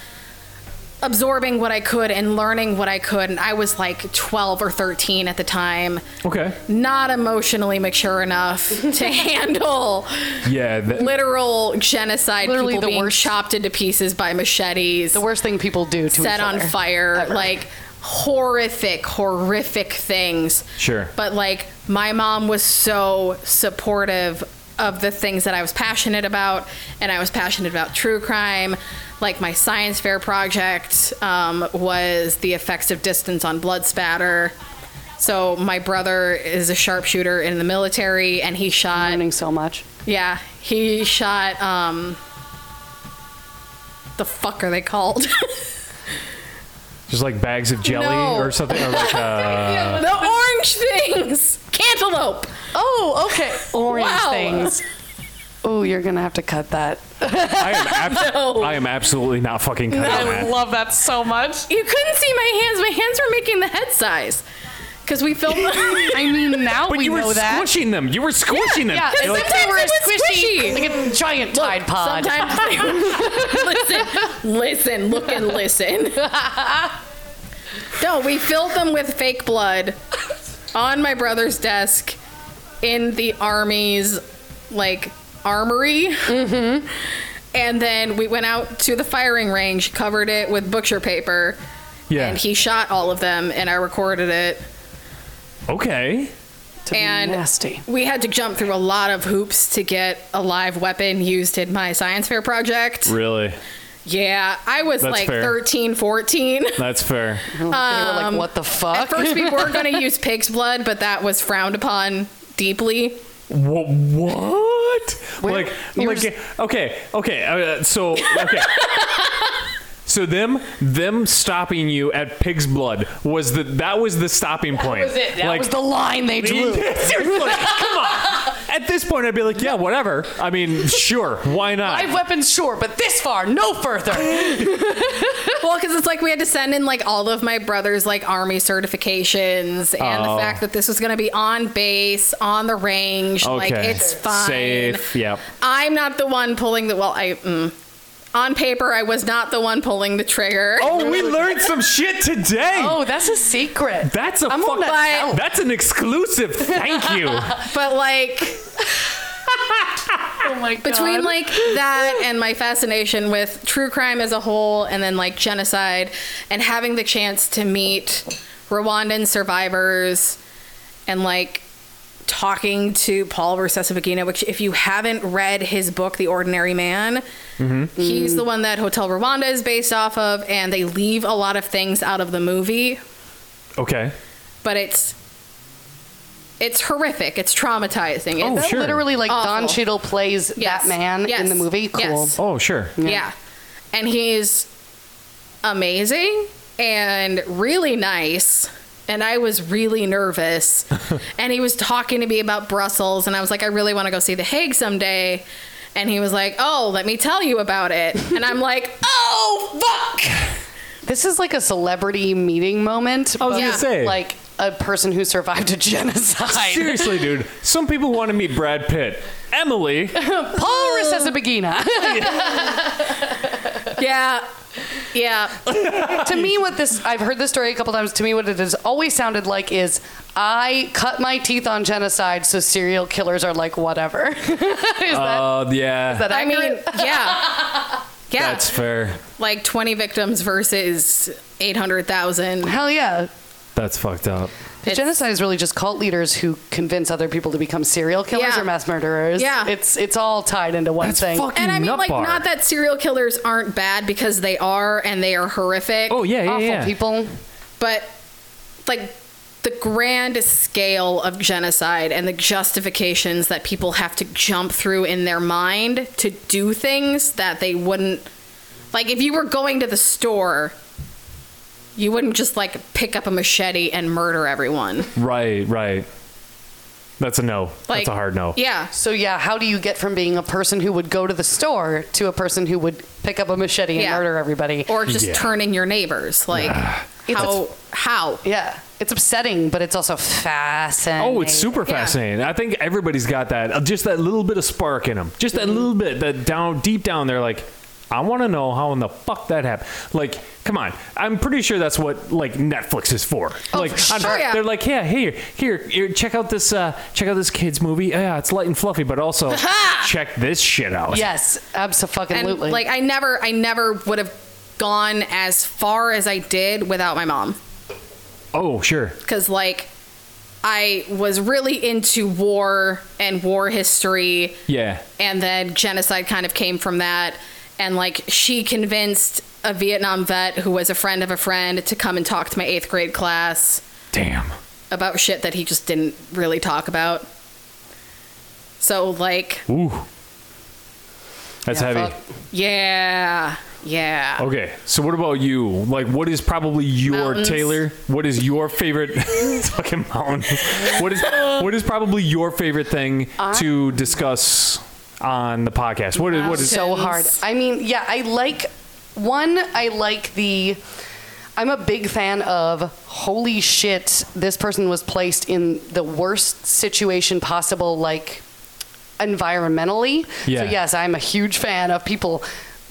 Speaker 3: absorbing what I could and learning what I could. And I was like 12 or 13 at the time,
Speaker 2: okay.
Speaker 3: not emotionally mature enough to handle
Speaker 2: Yeah. that-
Speaker 3: literal genocide
Speaker 1: Literally
Speaker 3: people
Speaker 1: the
Speaker 3: being
Speaker 1: worst.
Speaker 3: chopped into pieces by machetes
Speaker 1: the worst thing people do to
Speaker 3: set
Speaker 1: each
Speaker 3: on
Speaker 1: other.
Speaker 3: fire like horrific horrific things
Speaker 2: Sure.
Speaker 3: but like my mom was so supportive of the things that i was passionate about and i was passionate about true crime like my science fair project um, was the effects of distance on blood spatter so my brother is a sharpshooter in the military and he shot
Speaker 1: Learning so much.
Speaker 3: yeah, he shot um the fuck are they called?
Speaker 2: Just like bags of jelly
Speaker 3: No.
Speaker 2: or something. Or like, uh,
Speaker 3: the orange things. Cantaloupe.
Speaker 1: Oh, okay. Orange
Speaker 3: Wow.
Speaker 1: things. Oh, you're gonna have to cut that.
Speaker 2: I am. Ab- I am absolutely not fucking cutting that.
Speaker 1: love that so much.
Speaker 3: You couldn't see my hands. My hands were making the head size cuz we filmed
Speaker 1: I mean, now
Speaker 2: but
Speaker 1: we
Speaker 2: you were
Speaker 1: know that.
Speaker 2: squishing them. You were squishing them.
Speaker 1: Yeah, it's
Speaker 2: You're
Speaker 1: like
Speaker 2: like,
Speaker 1: they were
Speaker 3: Sometimes
Speaker 1: squishy,
Speaker 3: it was squishy.
Speaker 1: like a giant Tide Pod.
Speaker 3: Sometimes listen, listen, look and listen. no, we filled them with fake blood on my brother's desk in the army's like armory.
Speaker 1: Mm-hmm.
Speaker 3: And then we went out to the firing range, covered it with butcher paper,
Speaker 2: Yeah.
Speaker 3: and he shot all of them, and I recorded it.
Speaker 2: okay.
Speaker 1: To be
Speaker 3: and-
Speaker 1: nasty.
Speaker 3: We had to jump through a lot of hoops to get a live weapon used in my science fair project.
Speaker 2: Really.
Speaker 3: Yeah, I was
Speaker 2: That's
Speaker 3: like
Speaker 2: fair.
Speaker 3: thirteen, fourteen. 13, 14.
Speaker 2: That's fair.
Speaker 1: they were
Speaker 3: um,
Speaker 1: like, "What the
Speaker 3: At
Speaker 1: fuck?"
Speaker 3: first, we were going to use pig's blood, but that was frowned upon deeply.
Speaker 2: Wha- what? Like,
Speaker 1: you were
Speaker 2: like,
Speaker 1: just-
Speaker 2: okay, okay. Uh, so, okay. so them, them stopping you at Pig's Blood was the that was the stopping point.
Speaker 1: That was the line they drew.
Speaker 2: Seriously, come on. At this point, I'd be like, yeah, whatever. I mean, sure, why not?
Speaker 1: Live weapons, sure, but this far, no further.
Speaker 3: Well, because it's like we had to send in like all of my brother's like army certifications and
Speaker 2: Oh.
Speaker 3: the fact that this was going to be on base, on the range. Like
Speaker 2: Okay.
Speaker 3: it's fine.
Speaker 2: Safe, yep.
Speaker 3: I'm not the one pulling the. Well, I. Mm, on paper, I was not the one pulling the trigger.
Speaker 2: Oh, we learned some shit today.
Speaker 1: Oh, that's a secret.
Speaker 2: That's a
Speaker 1: I'm
Speaker 2: fuck-
Speaker 1: gonna tell.
Speaker 2: That's an exclusive. Thank you.
Speaker 3: But like.
Speaker 1: oh my god.
Speaker 3: between like that and my fascination with true crime as a whole and then like genocide and having the chance to meet Rwandan survivors and like talking to Paul Versesavagina, which if you haven't read his book, The Ordinary Man, he's the one that Hotel Rwanda is based off of, and they leave a lot of things out of the movie,
Speaker 2: Okay.
Speaker 3: but it's it's horrific. It's traumatizing.
Speaker 2: Oh,
Speaker 3: It's-
Speaker 2: sure.
Speaker 1: literally like Don
Speaker 3: Awful.
Speaker 1: Cheadle plays
Speaker 3: Yes.
Speaker 1: that man
Speaker 3: Yes.
Speaker 1: in the movie. Cool.
Speaker 3: Yes.
Speaker 2: Oh, sure.
Speaker 3: Yeah. And he's amazing and really nice. And I was really nervous. and he was talking to me about Brussels. And I was like, I really want to go see The Hague someday. And he was like, Oh, let me tell you about it. And I'm like, Oh, fuck.
Speaker 1: This is like a celebrity meeting moment. I
Speaker 2: was gonna say.
Speaker 1: like a person who survived a genocide.
Speaker 2: Seriously, dude. Some people want to meet Brad Pitt. Emily.
Speaker 1: Paul Resesabagina.
Speaker 3: yeah. Yeah.
Speaker 1: to me, what this I've heard this story a couple times. To me, what it has always sounded like is I cut my teeth on genocide, so serial killers are like whatever. is that,
Speaker 2: Uh, yeah.
Speaker 1: that
Speaker 3: I mean,
Speaker 1: accurate?
Speaker 3: yeah. Yeah.
Speaker 2: that's fair.
Speaker 3: like 20 victims versus 800,000.
Speaker 1: hell yeah.
Speaker 2: That's fucked up.
Speaker 1: The
Speaker 3: It's-
Speaker 1: genocide is really just cult leaders who convince other people to become serial killers
Speaker 3: Yeah.
Speaker 1: or mass murderers.
Speaker 3: Yeah.
Speaker 1: it's it's all tied into one
Speaker 2: That's
Speaker 1: thing.
Speaker 2: fucking
Speaker 3: And I mean,
Speaker 2: nut
Speaker 3: like,
Speaker 2: bar.
Speaker 3: not that serial killers aren't bad because they are and they are horrific.
Speaker 2: Oh yeah, yeah,
Speaker 1: Awful
Speaker 2: yeah.
Speaker 1: people.
Speaker 3: But, like, the grand scale of genocide and the justifications that people have to jump through in their mind to do things that they wouldn't. Like, if you were going to the store, you wouldn't just, like, pick up a machete and murder everyone.
Speaker 2: Right, right. That's a no.
Speaker 3: Like,
Speaker 2: that's a hard no.
Speaker 3: Yeah.
Speaker 1: So yeah, how do you get from being a person who would go to the store to a person who would pick up a machete and
Speaker 3: Yeah.
Speaker 1: murder everybody?
Speaker 3: Or just
Speaker 2: Yeah.
Speaker 3: turn in your neighbors. Like, how? How?
Speaker 1: yeah, it's upsetting, but it's also fascinating.
Speaker 2: Oh, it's Oh, super
Speaker 3: Yeah.
Speaker 2: fascinating. I think everybody's got that, uh, just that little bit of spark in them, just that little bit that down deep down they're like, I want to know how in the fuck that happened. Like, come on, I'm pretty sure that's what like Netflix is for. like,
Speaker 1: Oh, for
Speaker 2: I'm-
Speaker 3: sure. Yeah.
Speaker 2: they're like, yeah, here, here, here, check out this, uh, check out this kids movie. Yeah, it's light and fluffy, but also check this shit out.
Speaker 1: Yes, absolutely.
Speaker 3: And like I never I never would have gone as far as I did without my mom
Speaker 2: Oh, sure.
Speaker 3: cuz like I was really into war and war history
Speaker 2: Yeah.
Speaker 3: and then genocide kind of came from that and like she convinced a Vietnam vet who was a friend of a friend to come and talk to my 8th grade class
Speaker 2: Damn.
Speaker 3: about shit that he just didn't really talk about. So like
Speaker 2: Ooh. That's
Speaker 1: Yeah,
Speaker 2: heavy.
Speaker 1: fuck.
Speaker 3: yeah yeah
Speaker 2: Okay, so what about you? Like, what is probably your
Speaker 3: Mountains.
Speaker 2: Taylor? What is your favorite It's fucking mountain? What is what is probably your favorite thing to discuss on the podcast? What is what is?
Speaker 1: so
Speaker 3: Mountains.
Speaker 1: hard. I mean, yeah, I like one. I like the. I'm a big fan of holy shit. This person was placed in the worst situation possible, like environmentally.
Speaker 2: Yeah.
Speaker 1: So yes, I'm a huge fan of people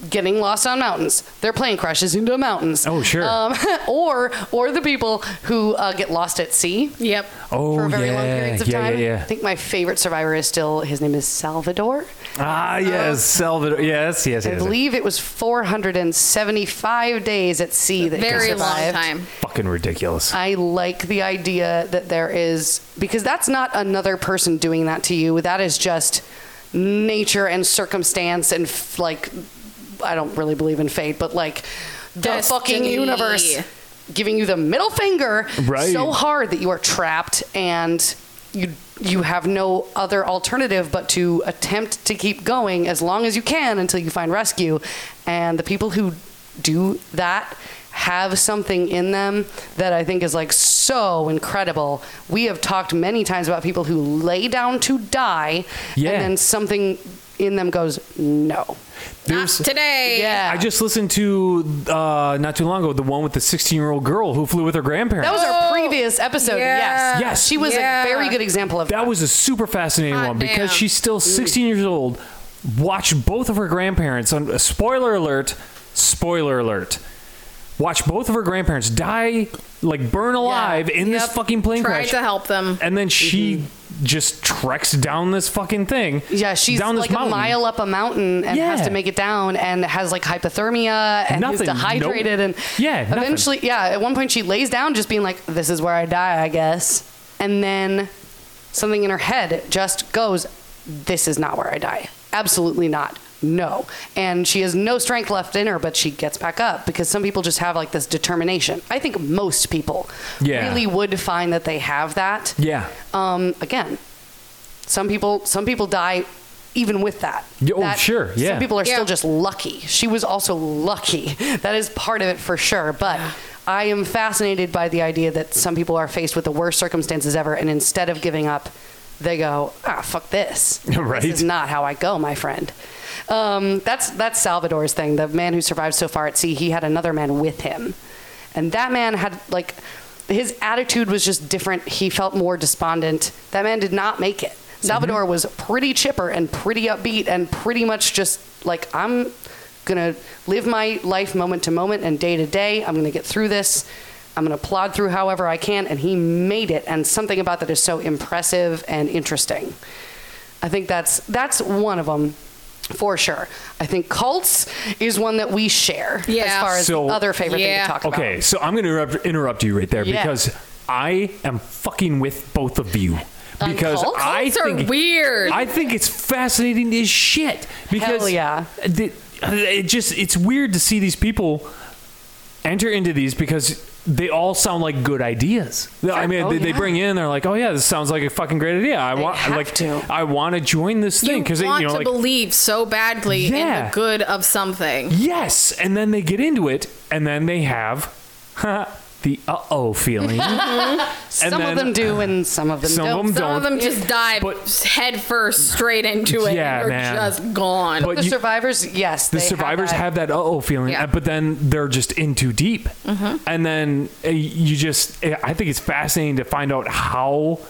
Speaker 1: getting lost on mountains. Their plane crashes into mountains.
Speaker 2: Oh, sure.
Speaker 1: Um, or or the people who uh, get lost at sea
Speaker 3: yep
Speaker 2: Oh
Speaker 1: for very
Speaker 2: yeah,
Speaker 1: long periods of
Speaker 2: yeah,
Speaker 1: time.
Speaker 2: yeah,
Speaker 1: I
Speaker 2: yeah.
Speaker 1: think my favorite survivor is still his name is Salvador.
Speaker 2: Ah, yes, Salvador. Yes, yes,
Speaker 1: Um, I
Speaker 2: yes.
Speaker 1: believe it was 475 days at sea that
Speaker 3: very
Speaker 1: he survived.
Speaker 3: long time
Speaker 2: Fucking ridiculous.
Speaker 1: I like the idea that there is because that's not another person doing that to you. That is just nature and circumstance and f- like I don't really believe in fate, but like the fucking
Speaker 3: Destiny.
Speaker 1: universe giving you the middle finger
Speaker 2: Right.
Speaker 1: so hard that you are trapped and you you have no other alternative but to attempt to keep going as long as you can until you find rescue and the people who do that have something in them that I think is like so incredible. We have talked many times about people who lay down to die,
Speaker 2: Yeah.
Speaker 1: and then something in them goes, no.
Speaker 3: Not today.
Speaker 1: Yeah.
Speaker 2: I just listened to uh, not too long ago the one with the 16 year old girl who flew with her grandparents.
Speaker 1: That was our
Speaker 3: Oh,
Speaker 1: previous episode.
Speaker 3: yeah.
Speaker 1: Yes.
Speaker 2: Yes.
Speaker 1: She was
Speaker 3: Yeah.
Speaker 1: a very good example of that.
Speaker 2: That was a super fascinating
Speaker 3: Hot
Speaker 2: one because
Speaker 3: damn.
Speaker 2: she's still 16 years old. Watched both of her grandparents. On, spoiler alert! Spoiler alert! Watched both of her grandparents die, like burn alive in
Speaker 3: Yep.
Speaker 2: this fucking plane
Speaker 3: Tried
Speaker 2: crash.
Speaker 3: to Mm-hmm. help them.
Speaker 2: and then she just treks down this fucking thing.
Speaker 1: Yeah, she's
Speaker 2: down this
Speaker 1: like
Speaker 2: mountain.
Speaker 1: a mile up a mountain and has
Speaker 2: Yeah.
Speaker 1: to make it down and has like hypothermia and
Speaker 2: Nothing.
Speaker 1: is dehydrated
Speaker 2: Nope.
Speaker 1: and
Speaker 2: Yeah, nothing.
Speaker 1: eventually yeah, at one point she lays down just being like this is where I die, I guess. And then something in her head just goes this is not where I die. Absolutely not. No. And she has no strength left in her, but she gets back up because some people just have like this determination. I think most people
Speaker 2: Yeah.
Speaker 1: really would find that they have that
Speaker 2: Yeah.
Speaker 1: um, again, some people some people die even with that.
Speaker 2: Yeah, oh,
Speaker 1: That-
Speaker 2: sure, yeah.
Speaker 1: Some people are
Speaker 3: Yeah.
Speaker 1: still just lucky. She was also lucky. That is part of it for sure. But I am fascinated by the idea that some people are faced with the worst circumstances ever, and instead of giving up, they go, ah, fuck this.
Speaker 2: Right.
Speaker 1: This is not how I go, my friend. Um, that's that's Salvador's thing. The man who survived so far at sea, he had another man with him, and that man had like his attitude was just different. He felt more despondent. That man did not make it. Salvador was pretty chipper and pretty upbeat and pretty much just like I'm gonna live my life moment to moment and day to day. I'm gonna get through this. I'm gonna plod through however I can, and he made it. And something about that is so impressive and interesting. I think that's that's one of them for sure. I think cults is one that we share as
Speaker 3: Yeah.
Speaker 1: far as
Speaker 2: So-
Speaker 1: the other favorite
Speaker 3: Yeah.
Speaker 1: thing to talk about.
Speaker 2: Okay, so I'm going to interrupt, interrupt you right there
Speaker 1: Yeah.
Speaker 2: because I am fucking with both of you.
Speaker 1: On
Speaker 2: Because
Speaker 1: cults?
Speaker 2: I
Speaker 3: Cults are
Speaker 2: think
Speaker 3: weird.
Speaker 2: I think it's fascinating as shit. Because
Speaker 1: Hell yeah.
Speaker 2: the- it just it's weird to see these people enter into these because they all sound like good ideas. I mean,
Speaker 1: Oh,
Speaker 2: they, they
Speaker 1: yeah.
Speaker 2: bring in, they're like, "Oh yeah, this sounds like a fucking great idea. I
Speaker 1: They
Speaker 2: want,
Speaker 1: have
Speaker 2: like,
Speaker 1: to.
Speaker 2: I want to join this
Speaker 3: You
Speaker 2: thing because you
Speaker 3: want
Speaker 2: know,
Speaker 3: to
Speaker 2: like,
Speaker 3: believe so badly in
Speaker 2: Yeah.
Speaker 3: the good of something.
Speaker 2: Yes, and then they get into it, and then they have the uh oh feeling.
Speaker 1: Some
Speaker 2: and
Speaker 1: of
Speaker 2: then-
Speaker 1: them do, and some of them
Speaker 2: Some of
Speaker 1: don't.
Speaker 2: them
Speaker 3: Some of
Speaker 2: Don't.
Speaker 3: them just dive
Speaker 2: But-
Speaker 3: head first straight into it
Speaker 2: Yeah,
Speaker 3: and are
Speaker 2: man.
Speaker 3: just gone.
Speaker 2: But
Speaker 1: the
Speaker 2: you-
Speaker 1: survivors, yes,
Speaker 2: the
Speaker 1: they
Speaker 2: survivors
Speaker 1: have,
Speaker 2: have that, uh oh feeling,
Speaker 3: Yeah.
Speaker 2: uh, but then they're just in too deep, and then uh, you just. uh, I think it's fascinating to find out how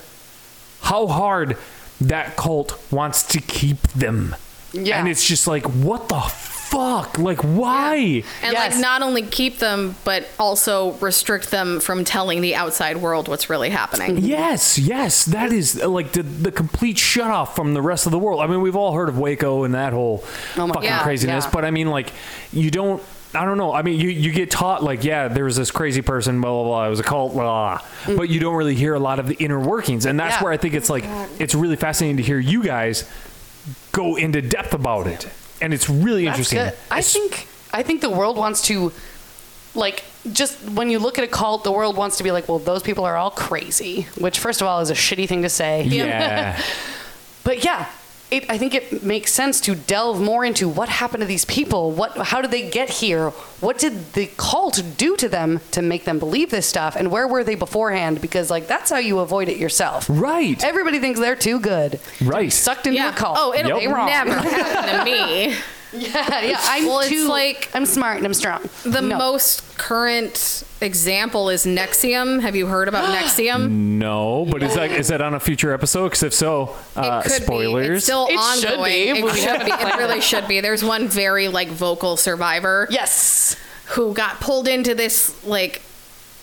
Speaker 2: how hard that cult wants to keep them.
Speaker 1: Yeah.
Speaker 2: and it's just like what the fuck, like why?
Speaker 3: and
Speaker 1: Yes.
Speaker 3: like not only keep them but also restrict them from telling the outside world what's really happening.
Speaker 2: Yes, yes, that is uh, like the, the complete shut off from the rest of the world. I mean, we've all heard of Waco and that whole
Speaker 1: Oh my
Speaker 2: fucking
Speaker 1: God,
Speaker 2: craziness,
Speaker 1: yeah.
Speaker 2: but I mean, like, you don't. I don't know. I mean, you, you get taught like, yeah, there was this crazy person, blah blah blah. It was a cult, blah, blah. but you don't really hear a lot of the inner workings, and that's
Speaker 1: Yeah.
Speaker 2: where I think it's like it's really fascinating to hear you guys go into depth about it, and it's really
Speaker 1: That's
Speaker 2: interesting.
Speaker 1: good. I
Speaker 2: It's-
Speaker 1: think I think the world wants to like just when you look at a cult, the world wants to be like, well, those people are all crazy, which first of all is a shitty thing to say.
Speaker 2: yeah,
Speaker 1: But yeah, it, I think it makes sense to delve more into what happened to these people. What, how did they get here? What did the cult do to them to make them believe this stuff? And where were they beforehand? Because like that's how you avoid it yourself.
Speaker 2: right,
Speaker 1: Everybody thinks they're too good.
Speaker 2: right.
Speaker 1: Sucked into a cult.
Speaker 3: Oh, it'll
Speaker 2: Yep. They
Speaker 1: wrong.
Speaker 3: never happen to me.
Speaker 1: yeah, yeah. I'm
Speaker 3: Well, it's
Speaker 1: too
Speaker 3: like-
Speaker 1: I'm smart and I'm strong.
Speaker 3: The
Speaker 1: No.
Speaker 3: most current example is Nexium. Have you heard about Nexium?
Speaker 2: No, but is that is that on a future episode? Because if so, uh,
Speaker 3: it could
Speaker 2: spoilers.
Speaker 3: be. It's still
Speaker 1: It should
Speaker 3: ongoing.
Speaker 1: be.
Speaker 3: It
Speaker 1: We
Speaker 3: should be. It really should be. There's one very like vocal survivor
Speaker 1: yes.
Speaker 3: who got pulled into this like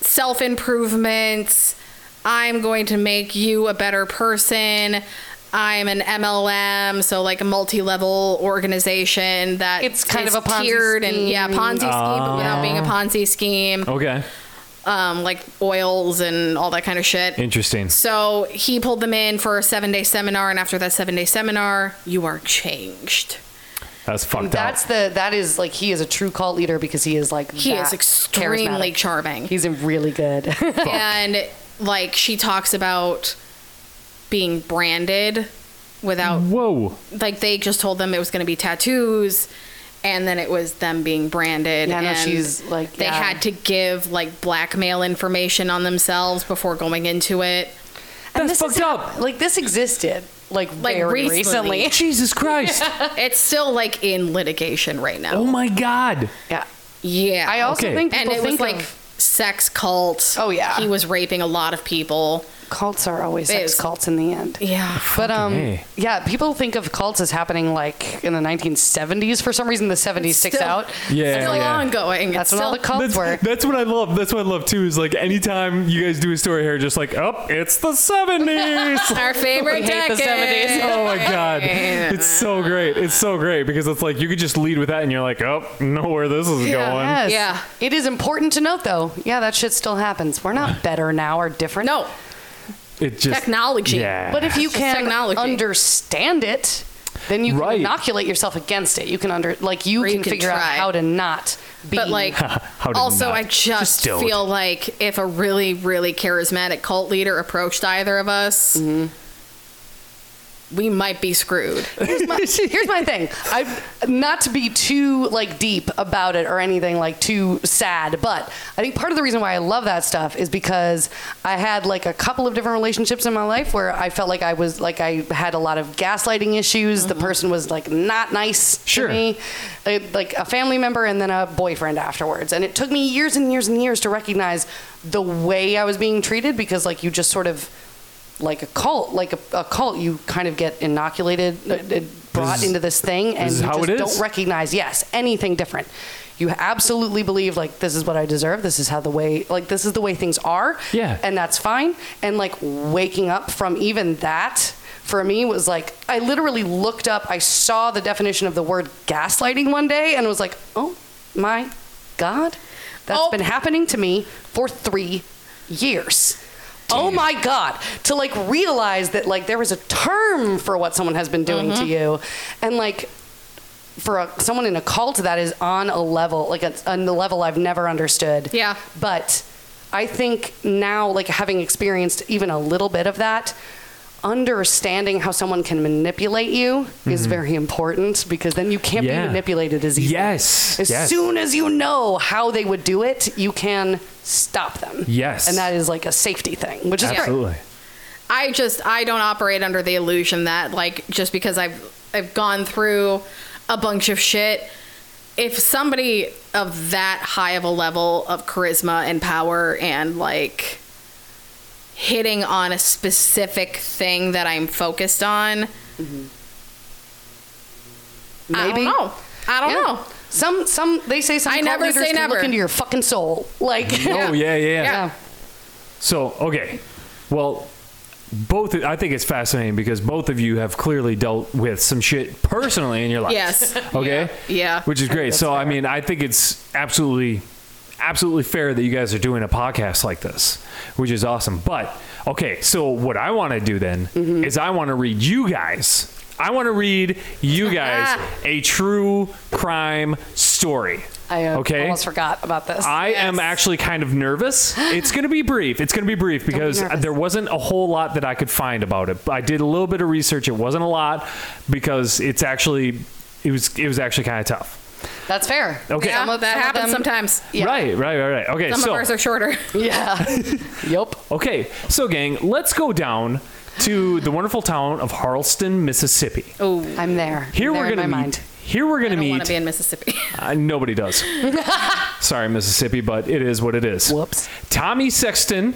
Speaker 3: self improvement. I'm going to make you a better person. I'm an MLM, so like a multi level organization that
Speaker 1: It's kind
Speaker 3: is
Speaker 1: of a Ponzi
Speaker 3: tiered and
Speaker 1: scheme.
Speaker 3: yeah, Ponzi scheme, but
Speaker 2: Oh.
Speaker 3: without being a Ponzi scheme,
Speaker 2: okay,
Speaker 3: um, like oils and all that kind of shit.
Speaker 2: interesting.
Speaker 3: So he pulled them in for a seven day seminar, and after that seven day seminar, you are changed.
Speaker 2: That's fucked
Speaker 1: That's
Speaker 2: up.
Speaker 1: the that is like he is a true cult leader because he is like
Speaker 3: He
Speaker 1: that
Speaker 3: is extremely
Speaker 1: charismatic.
Speaker 3: charming.
Speaker 1: He's really good.
Speaker 3: and like she talks about being branded without
Speaker 2: Whoa!
Speaker 3: like they just told them it was going to be tattoos and then it was them being branded.
Speaker 1: Yeah, I know
Speaker 3: and
Speaker 1: she's, like,
Speaker 3: they
Speaker 1: yeah.
Speaker 3: had to give like blackmail information on themselves before going into it.
Speaker 1: And
Speaker 2: That's
Speaker 1: this is
Speaker 2: fucked
Speaker 1: how-
Speaker 2: up.
Speaker 1: Like this existed like,
Speaker 3: Like,
Speaker 1: very
Speaker 3: recently.
Speaker 1: recently.
Speaker 2: Jesus Christ.
Speaker 3: It's still like in litigation right now.
Speaker 2: oh my God.
Speaker 1: Yeah.
Speaker 3: Yeah,
Speaker 1: I also
Speaker 2: Okay.
Speaker 1: think
Speaker 3: and
Speaker 1: people
Speaker 3: it was
Speaker 1: think
Speaker 3: like
Speaker 1: of-
Speaker 3: sex cult.
Speaker 1: Oh, yeah.
Speaker 3: he was raping a lot of people.
Speaker 1: cults are always sex
Speaker 3: It's-
Speaker 1: cults in the end.
Speaker 3: Yeah,
Speaker 1: But um,
Speaker 2: A.
Speaker 1: yeah, people think of cults as happening like in the 1970s. For some reason, the 70s sticks
Speaker 3: Still-
Speaker 1: out.
Speaker 2: Yeah,
Speaker 3: still
Speaker 2: yeah.
Speaker 3: ongoing.
Speaker 1: That's
Speaker 3: It's
Speaker 1: when all
Speaker 3: still
Speaker 1: the cults were.
Speaker 2: That's, that's what I love. That's what I love too. Is like anytime you guys do a story here, just like, oh, it's the seventies.
Speaker 3: our favorite
Speaker 1: We hate the 70s.
Speaker 3: decade.
Speaker 2: oh my god, it's so great. It's so great because it's like you could just lead with that, and you're like, oh, know where this is going.
Speaker 1: Yes.
Speaker 3: Yeah.
Speaker 1: It is important to note, though. Yeah, that shit still happens. We're not better now or different.
Speaker 3: No,
Speaker 2: It just
Speaker 3: Technology.
Speaker 2: Yeah.
Speaker 1: But if you
Speaker 3: It's
Speaker 1: can
Speaker 3: technology.
Speaker 1: understand it, then you can
Speaker 2: Right.
Speaker 1: inoculate yourself against it. You can under like you
Speaker 3: you
Speaker 1: can,
Speaker 3: can
Speaker 1: figure
Speaker 3: try.
Speaker 1: out how to not be
Speaker 3: but like
Speaker 2: How did
Speaker 3: also
Speaker 2: not?
Speaker 3: i just
Speaker 2: Just don't.
Speaker 3: feel like if a really really charismatic cult leader approached either of us
Speaker 1: Mm-hmm.
Speaker 3: we might be screwed
Speaker 1: here's my, here's my thing. I not to be too like deep about it or anything like too sad, but I think part of the reason why I love that stuff is because I had like a couple of different relationships in my life where I felt like I was like I had a lot of gaslighting issues. The person was like not nice
Speaker 2: Sure.
Speaker 1: to me, uh, like a family member and then a boyfriend afterwards. And it took me years and years and years to recognize the way I was being treated because like you just sort of like a cult, like a, a cult, you kind of get inoculated, uh, uh, brought
Speaker 2: This is-
Speaker 1: into this thing, and
Speaker 2: this is
Speaker 1: you
Speaker 2: how
Speaker 1: just
Speaker 2: it is.
Speaker 1: don't recognize, yes, anything different. You absolutely believe like this is what I deserve. This is how the way, like this is the way things are.
Speaker 2: Yeah.
Speaker 1: and that's fine. And like waking up from even that for me was like I literally looked up. I saw the definition of the word gaslighting one day, and was like, oh my god, that's
Speaker 3: Oh.
Speaker 1: been happening to me for three years. Oh my God. To like realize that like there was a term for what someone has been doing
Speaker 2: Mm-hmm.
Speaker 1: to you. And like for a, someone in a cult that is on a level, like a, a level I've never understood.
Speaker 3: Yeah.
Speaker 1: But I think now, like having experienced even a little bit of that, understanding how someone can manipulate you is very important because then you can't
Speaker 2: Mm-hmm. Yeah.
Speaker 1: be manipulated as easily.
Speaker 2: Yes,
Speaker 1: As
Speaker 2: yes.
Speaker 1: soon as you know how they would do it, you can stop them.
Speaker 2: Yes.
Speaker 1: And that is like a safety thing, which is great.
Speaker 2: absolutely.
Speaker 3: i just i don't operate under the illusion that like just because i've i've gone through a bunch of shit if somebody of that high of a level of charisma and power and like hitting on a specific thing that i'm focused on I don't
Speaker 1: Maybe.
Speaker 3: know. I don't
Speaker 1: Yeah.
Speaker 3: know.
Speaker 1: Some some they say some
Speaker 3: I
Speaker 1: cult
Speaker 3: never
Speaker 1: leaders
Speaker 3: say
Speaker 1: can
Speaker 3: never.
Speaker 1: look into your fucking soul. Like
Speaker 2: Oh yeah, yeah. yeah.
Speaker 1: Yeah.
Speaker 2: So okay, well, both I think it's fascinating because both of you have clearly dealt with some shit personally in your life.
Speaker 3: Yes.
Speaker 2: Okay.
Speaker 3: Yeah. Yeah.
Speaker 2: Which is great. So I mean, I think it's absolutely, absolutely fair that you guys are doing a podcast like this, which is awesome. But okay, so what I want to do then is I want to read you guys. I want to read you guys a true crime story.
Speaker 1: I uh,
Speaker 2: okay.
Speaker 1: almost forgot about this.
Speaker 2: I am actually kind of nervous. It's going to be brief. It's going to be brief because
Speaker 1: nervous.
Speaker 2: there wasn't a whole lot that I could find about it. I did a little bit of research. It wasn't a lot because it's actually it was it was actually kind of tough.
Speaker 1: That's fair.
Speaker 2: Okay.
Speaker 3: Yeah,
Speaker 1: Some of-
Speaker 3: that
Speaker 1: some of
Speaker 3: happens
Speaker 1: them-
Speaker 3: sometimes.
Speaker 1: Yeah.
Speaker 2: Right, right, right, right. Okay,
Speaker 3: Some
Speaker 2: so
Speaker 3: of ours are shorter.
Speaker 1: Yeah. yep.
Speaker 2: okay, so gang, let's go down to the wonderful town of Harleston, Mississippi.
Speaker 3: Oh,
Speaker 1: I'm there.
Speaker 2: Here
Speaker 1: I'm
Speaker 2: we're
Speaker 1: there
Speaker 2: gonna
Speaker 1: in
Speaker 2: meet.
Speaker 1: my mind.
Speaker 2: Here we're
Speaker 3: I
Speaker 2: gonna
Speaker 3: don't want
Speaker 2: meet.
Speaker 3: to be in Mississippi.
Speaker 2: Uh, nobody does. Sorry, Mississippi, but it is what it is.
Speaker 1: Whoops.
Speaker 2: Tommy Sexton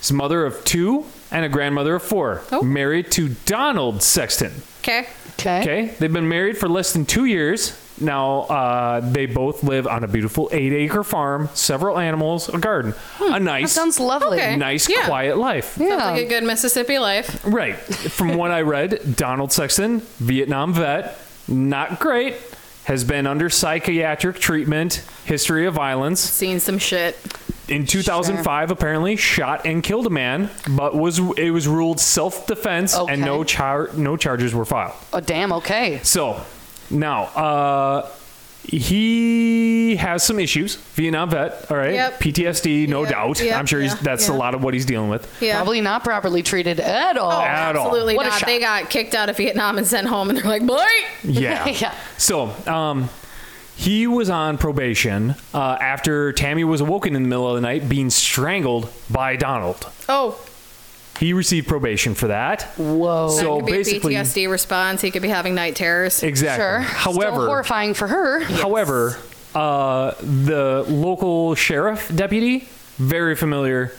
Speaker 2: is mother of two and a grandmother of four,
Speaker 3: Oh.
Speaker 2: married to Donald Sexton.
Speaker 3: okay.
Speaker 1: Okay.
Speaker 2: Okay, they've been married for less than two years. Now uh, they both live on a beautiful eight-acre farm, several animals, a garden, a
Speaker 1: Hmm. That
Speaker 2: nice,
Speaker 1: sounds lovely.
Speaker 3: Okay.
Speaker 2: nice,
Speaker 3: Yeah.
Speaker 2: quiet life.
Speaker 1: Yeah.
Speaker 3: Sounds like a good Mississippi life.
Speaker 2: Right. From what I read, Donald Sexton, Vietnam vet, not great, has been under psychiatric treatment, history of violence.
Speaker 3: Seen some shit.
Speaker 2: in 2005 apparently shot and killed a man but was it was ruled self-defense
Speaker 1: Okay.
Speaker 2: and no char- no charges were filed
Speaker 1: Oh damn. Okay.
Speaker 2: so now uh he has some issues vietnam vet all right
Speaker 3: Yep.
Speaker 2: ptsd no
Speaker 3: Yep,
Speaker 2: doubt
Speaker 3: yep,
Speaker 2: i'm sure he's
Speaker 3: yeah,
Speaker 2: that's a
Speaker 3: yeah.
Speaker 2: lot of what he's dealing with
Speaker 3: Yeah.
Speaker 1: Probably not properly treated at all.
Speaker 2: At all.
Speaker 3: Oh, Absolutely
Speaker 1: What a
Speaker 3: not.
Speaker 1: shock.
Speaker 3: They got kicked out of Vietnam and sent home, and they're like, "Boy,
Speaker 2: yeah
Speaker 1: Yeah.
Speaker 2: so um He was on probation uh, after Tammy was awoken in the middle of the night being strangled by Donald.
Speaker 3: Oh,
Speaker 2: He received probation for that.
Speaker 1: Whoa.
Speaker 3: that
Speaker 2: So
Speaker 3: could be
Speaker 2: basically,
Speaker 3: a PTSD response. He could be having night terrors.
Speaker 2: exactly.
Speaker 1: Sure. Still
Speaker 2: However,
Speaker 1: horrifying for her.
Speaker 2: However, uh, the local sheriff deputy, very familiar,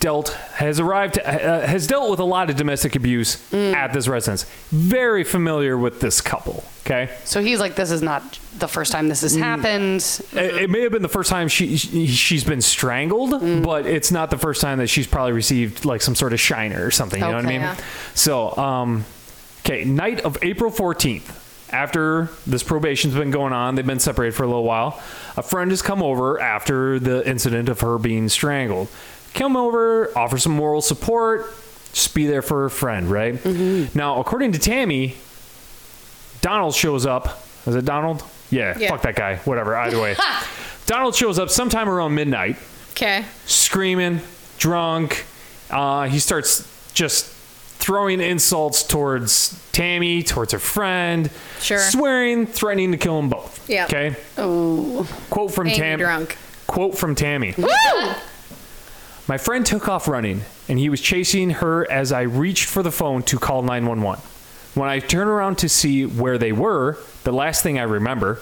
Speaker 2: dealt has arrived uh, has dealt with a lot of domestic abuse at this residence. Very familiar with this couple. Okay,
Speaker 1: So he's like, this is not the first time this has
Speaker 2: Mm.
Speaker 1: happened.
Speaker 2: it, it may have been the first time she, she she's been strangled, but it's not the first time that she's probably received like some sort of shiner or something. You know what I
Speaker 1: Okay.
Speaker 2: mean?
Speaker 3: Yeah.
Speaker 2: So, um, okay, night of April fourteenth. After this probation's been going on, they've been separated for a little while. A friend has come over after the incident of her being strangled. Come over, offer some moral support, just be there for her friend, right? Now, according to Tammy, Donald shows up. Is it Donald? Yeah,
Speaker 3: Yeah.
Speaker 2: fuck that guy. Whatever, either way. Donald shows up sometime around midnight,
Speaker 3: Okay.
Speaker 2: screaming, drunk. Uh, he starts just throwing insults towards Tammy, towards her friend,
Speaker 3: Sure.
Speaker 2: swearing, threatening to kill them both.
Speaker 3: Yeah.
Speaker 2: Okay. Oh. Quote from
Speaker 3: Angry
Speaker 2: Tammy.
Speaker 3: drunk.
Speaker 2: Quote from Tammy. My friend took off running, and he was chasing her as I reached for the phone to call 911. When I turned around to see where they were, the last thing I remember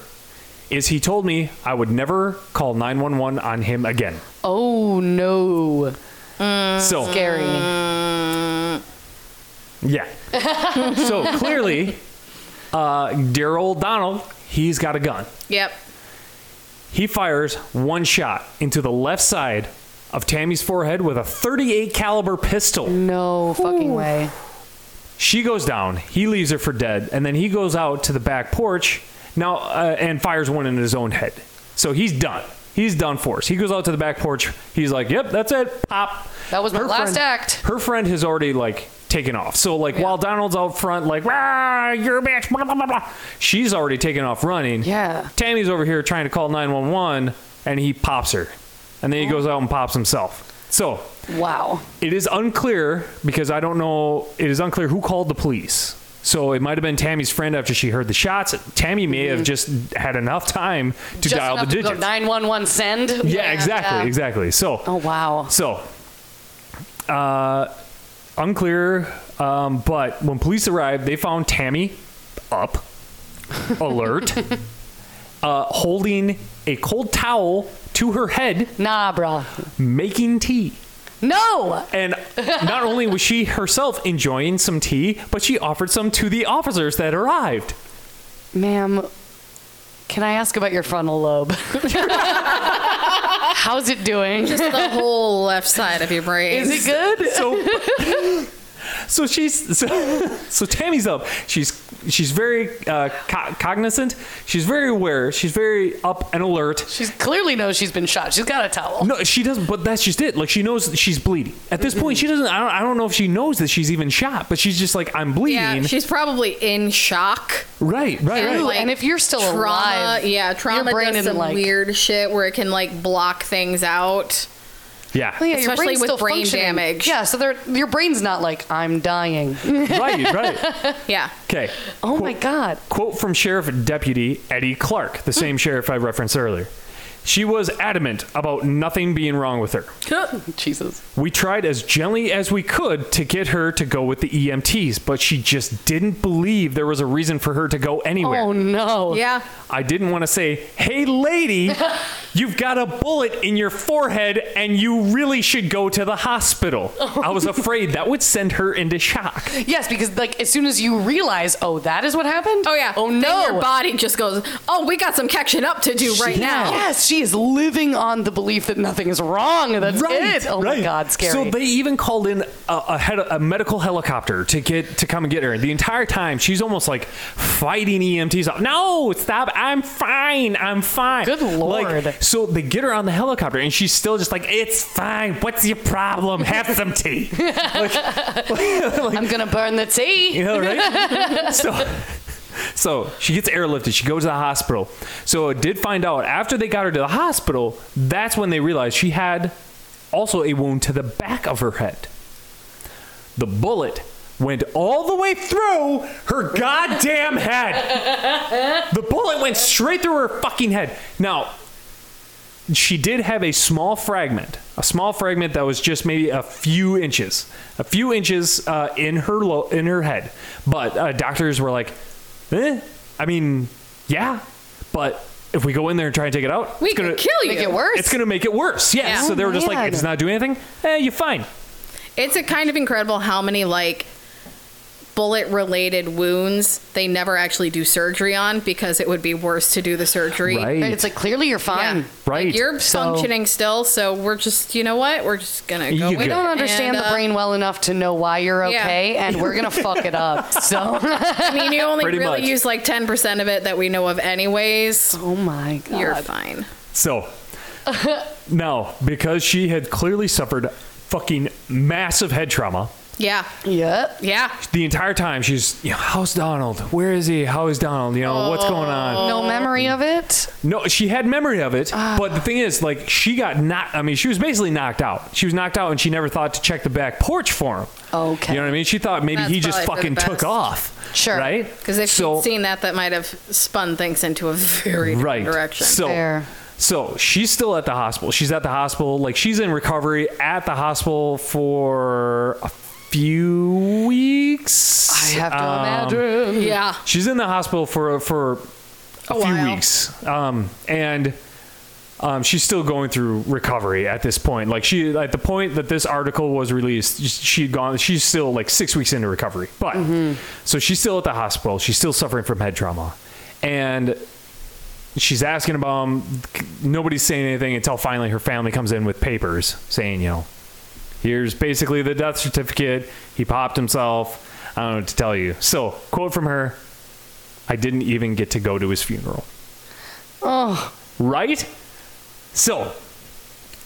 Speaker 2: is he told me I would never call 911 on him again.
Speaker 1: Oh no.
Speaker 2: so,
Speaker 3: Mm.
Speaker 1: Scary.
Speaker 3: Uh,
Speaker 2: yeah. so clearly, uh, dear old Donald, he's got a gun.
Speaker 3: Yep.
Speaker 2: He fires one shot into the left side of Tammy's forehead with a 38 caliber pistol.
Speaker 1: No fucking way.
Speaker 2: She goes down. He leaves her for dead, and then he goes out to the back porch now uh, and fires one in his own head. So he's done. He's done for us. He goes out to the back porch. He's like, "Yep, that's it. Pop."
Speaker 1: That was my last
Speaker 2: friend-
Speaker 1: act.
Speaker 2: Her friend has already like taken off. So like while Donald's out front, like, "Rah, you're a bitch," blah blah blah blah. She's already taken off running.
Speaker 1: Yeah.
Speaker 2: Tammy's over here trying to call nine one one, and he pops her, and
Speaker 1: Oh.
Speaker 2: then he goes out and pops himself. So
Speaker 1: Wow.
Speaker 2: it is unclear because I don't know. It is unclear who called the police. So it might have been Tammy's friend after she heard the shots. Tammy may have just had enough time to
Speaker 1: Mm-hmm. Just
Speaker 2: dial the
Speaker 1: enough to go
Speaker 2: digits.
Speaker 1: 911 send.
Speaker 2: yeah, exactly,
Speaker 1: Yeah.
Speaker 2: exactly. So,
Speaker 1: Oh wow.
Speaker 2: so uh, unclear. Um, but when police arrived, they found Tammy up, alert, uh, holding a cold towel to her head,
Speaker 1: Nah, bruh.
Speaker 2: making tea.
Speaker 1: No.
Speaker 2: And not only was she herself enjoying some tea, but she offered some to the officers that arrived.
Speaker 1: Ma'am, can I ask about your frontal lobe? How's it doing?
Speaker 3: Just the whole left side of your brain.
Speaker 1: Is it good?
Speaker 2: So, so she's so, so Tammy's up. She's she's very uh, co- cognizant. She's very aware. She's very up and alert.
Speaker 1: She clearly knows she's been shot. She's got a towel.
Speaker 2: No, she doesn't. But that's just it. Like she knows that she's bleeding. At this point, she doesn't. I don't. I don't know if she knows that she's even shot. But she's just like, I'm bleeding.
Speaker 3: Yeah, she's probably in shock.
Speaker 2: right. Right.
Speaker 3: And,
Speaker 2: Right.
Speaker 1: Ooh, and if you're still
Speaker 3: trauma,
Speaker 1: alive,
Speaker 3: yeah, trauma
Speaker 1: brain
Speaker 3: does
Speaker 1: isn't
Speaker 3: some
Speaker 1: like-
Speaker 3: weird shit where it can like block things out.
Speaker 2: yeah.
Speaker 1: Yeah,
Speaker 3: Especially with brain
Speaker 1: functioning.
Speaker 3: damage.
Speaker 1: Yeah, so they're- your brain's not like, I'm dying.
Speaker 2: Right. Right.
Speaker 3: Yeah,
Speaker 2: Okay.
Speaker 1: Oh my God.
Speaker 2: Quote from Sheriff Deputy Eddie Clark, the
Speaker 1: Hmm.
Speaker 2: same sheriff I referenced earlier. She was adamant about nothing being wrong with her.
Speaker 1: Jesus.
Speaker 2: We tried as gently as we could to get her to go with the EMTs, but she just didn't believe there was a reason for her to go anywhere.
Speaker 1: Oh no.
Speaker 3: yeah.
Speaker 2: I didn't want to say, hey, lady, you've got a bullet in your forehead and you really should go to the hospital. I was afraid that would send her into shock.
Speaker 1: Yes, because like as soon as you realize, oh, that is what happened.
Speaker 3: Oh yeah.
Speaker 1: Oh
Speaker 3: Then
Speaker 1: no.
Speaker 3: your body just goes. Oh, we got some catching up to do right now.
Speaker 1: Yes, she is living on the belief that nothing is wrong. and That's it. Oh my God, scary.
Speaker 2: So they even called in a, a, head, a medical helicopter to get to come and get her. And the entire time, she's almost like fighting EMTs. off. No, stop! I'm fine. I'm fine.
Speaker 1: Good
Speaker 2: Like,
Speaker 1: Lord.
Speaker 2: so they get her on the helicopter, and she's still just like, "It's fine. What's your problem? Have some tea." Like- like,
Speaker 1: I'm gonna burn the tea.
Speaker 2: you know, right? so, so she gets airlifted. She goes to the hospital. So it did find out after they got her to the hospital. That's when they realized she had also a wound to the back of her head. The bullet went all the way through her goddamn head. The bullet went straight through her fucking head. Now, she did have a small fragment, a small fragment that was just maybe a few inches, a few inches uh, in her lo- in her head. But uh, doctors were like, eh, I mean, yeah, but if we go in there and try and take it out,
Speaker 3: We
Speaker 2: it's gonna
Speaker 3: could kill you.
Speaker 1: Make it worse.
Speaker 2: It's gonna make it worse. Yeah.
Speaker 3: Yeah.
Speaker 2: So they were just
Speaker 1: Man.
Speaker 2: like, it's not doing anything. Eh, you're fine.
Speaker 3: It's a kind of incredible how many like bullet related wounds they never actually do surgery on because it would be worse to do the surgery.
Speaker 1: And it's like clearly you're
Speaker 3: Yeah.
Speaker 1: fine.
Speaker 2: Right.
Speaker 3: Like, you're
Speaker 1: So-
Speaker 3: functioning still, so we're just you know what? We're just gonna
Speaker 2: You
Speaker 3: go with
Speaker 2: good.
Speaker 1: We don't
Speaker 3: it.
Speaker 1: understand
Speaker 3: And,
Speaker 1: the
Speaker 3: uh,
Speaker 1: brain well enough to know why you're
Speaker 3: Yeah.
Speaker 1: okay, and we're gonna fuck it up. So,
Speaker 3: uh, I mean you only
Speaker 2: Pretty
Speaker 3: really
Speaker 2: much.
Speaker 3: use like ten percent of it that we know of anyways.
Speaker 1: oh my god,
Speaker 3: You're fine.
Speaker 2: So now, because she had clearly suffered fucking massive head trauma,
Speaker 3: Yeah.
Speaker 1: Yep.
Speaker 3: Yeah.
Speaker 2: the entire time she's, you know, how's Donald? Where is he? How is Donald? You know, what's going on?
Speaker 3: Oh.
Speaker 1: No memory of it.
Speaker 2: No, she had memory of it,
Speaker 3: Ah.
Speaker 2: but the thing is, like, she got knocked. I mean, she was basically knocked out. She was knocked out, and she never thought to check the back porch for him.
Speaker 1: Okay.
Speaker 2: You know what I mean? She thought maybe
Speaker 3: That's
Speaker 2: he just
Speaker 3: probably for
Speaker 2: fucking
Speaker 3: the
Speaker 2: took
Speaker 3: best.
Speaker 2: off.
Speaker 1: Sure.
Speaker 2: Right?
Speaker 3: Because if
Speaker 2: so,
Speaker 3: she'd seen that, that might have spun things into a very different
Speaker 2: right
Speaker 3: direction.
Speaker 2: So,
Speaker 1: Fair.
Speaker 2: so she's still at the hospital. She's at the hospital. Like she's in recovery at the hospital for a few weeks.
Speaker 1: I have to
Speaker 2: Um,
Speaker 1: imagine.
Speaker 3: yeah.
Speaker 2: She's in the hospital for for a, few
Speaker 3: while.
Speaker 2: weeks, um, and um, she's still going through recovery at this point. Like she, at the point that this article was released, she'd gone. She's still like six weeks into recovery, but so she's still at the hospital. She's still suffering from head trauma, and she's asking about him. Nobody's saying anything until finally her family comes in with papers saying, you know, here's basically the death certificate. He popped himself. I don't know what to tell you. So, quote from her I didn't even get to go to his funeral. Oh. Right? So,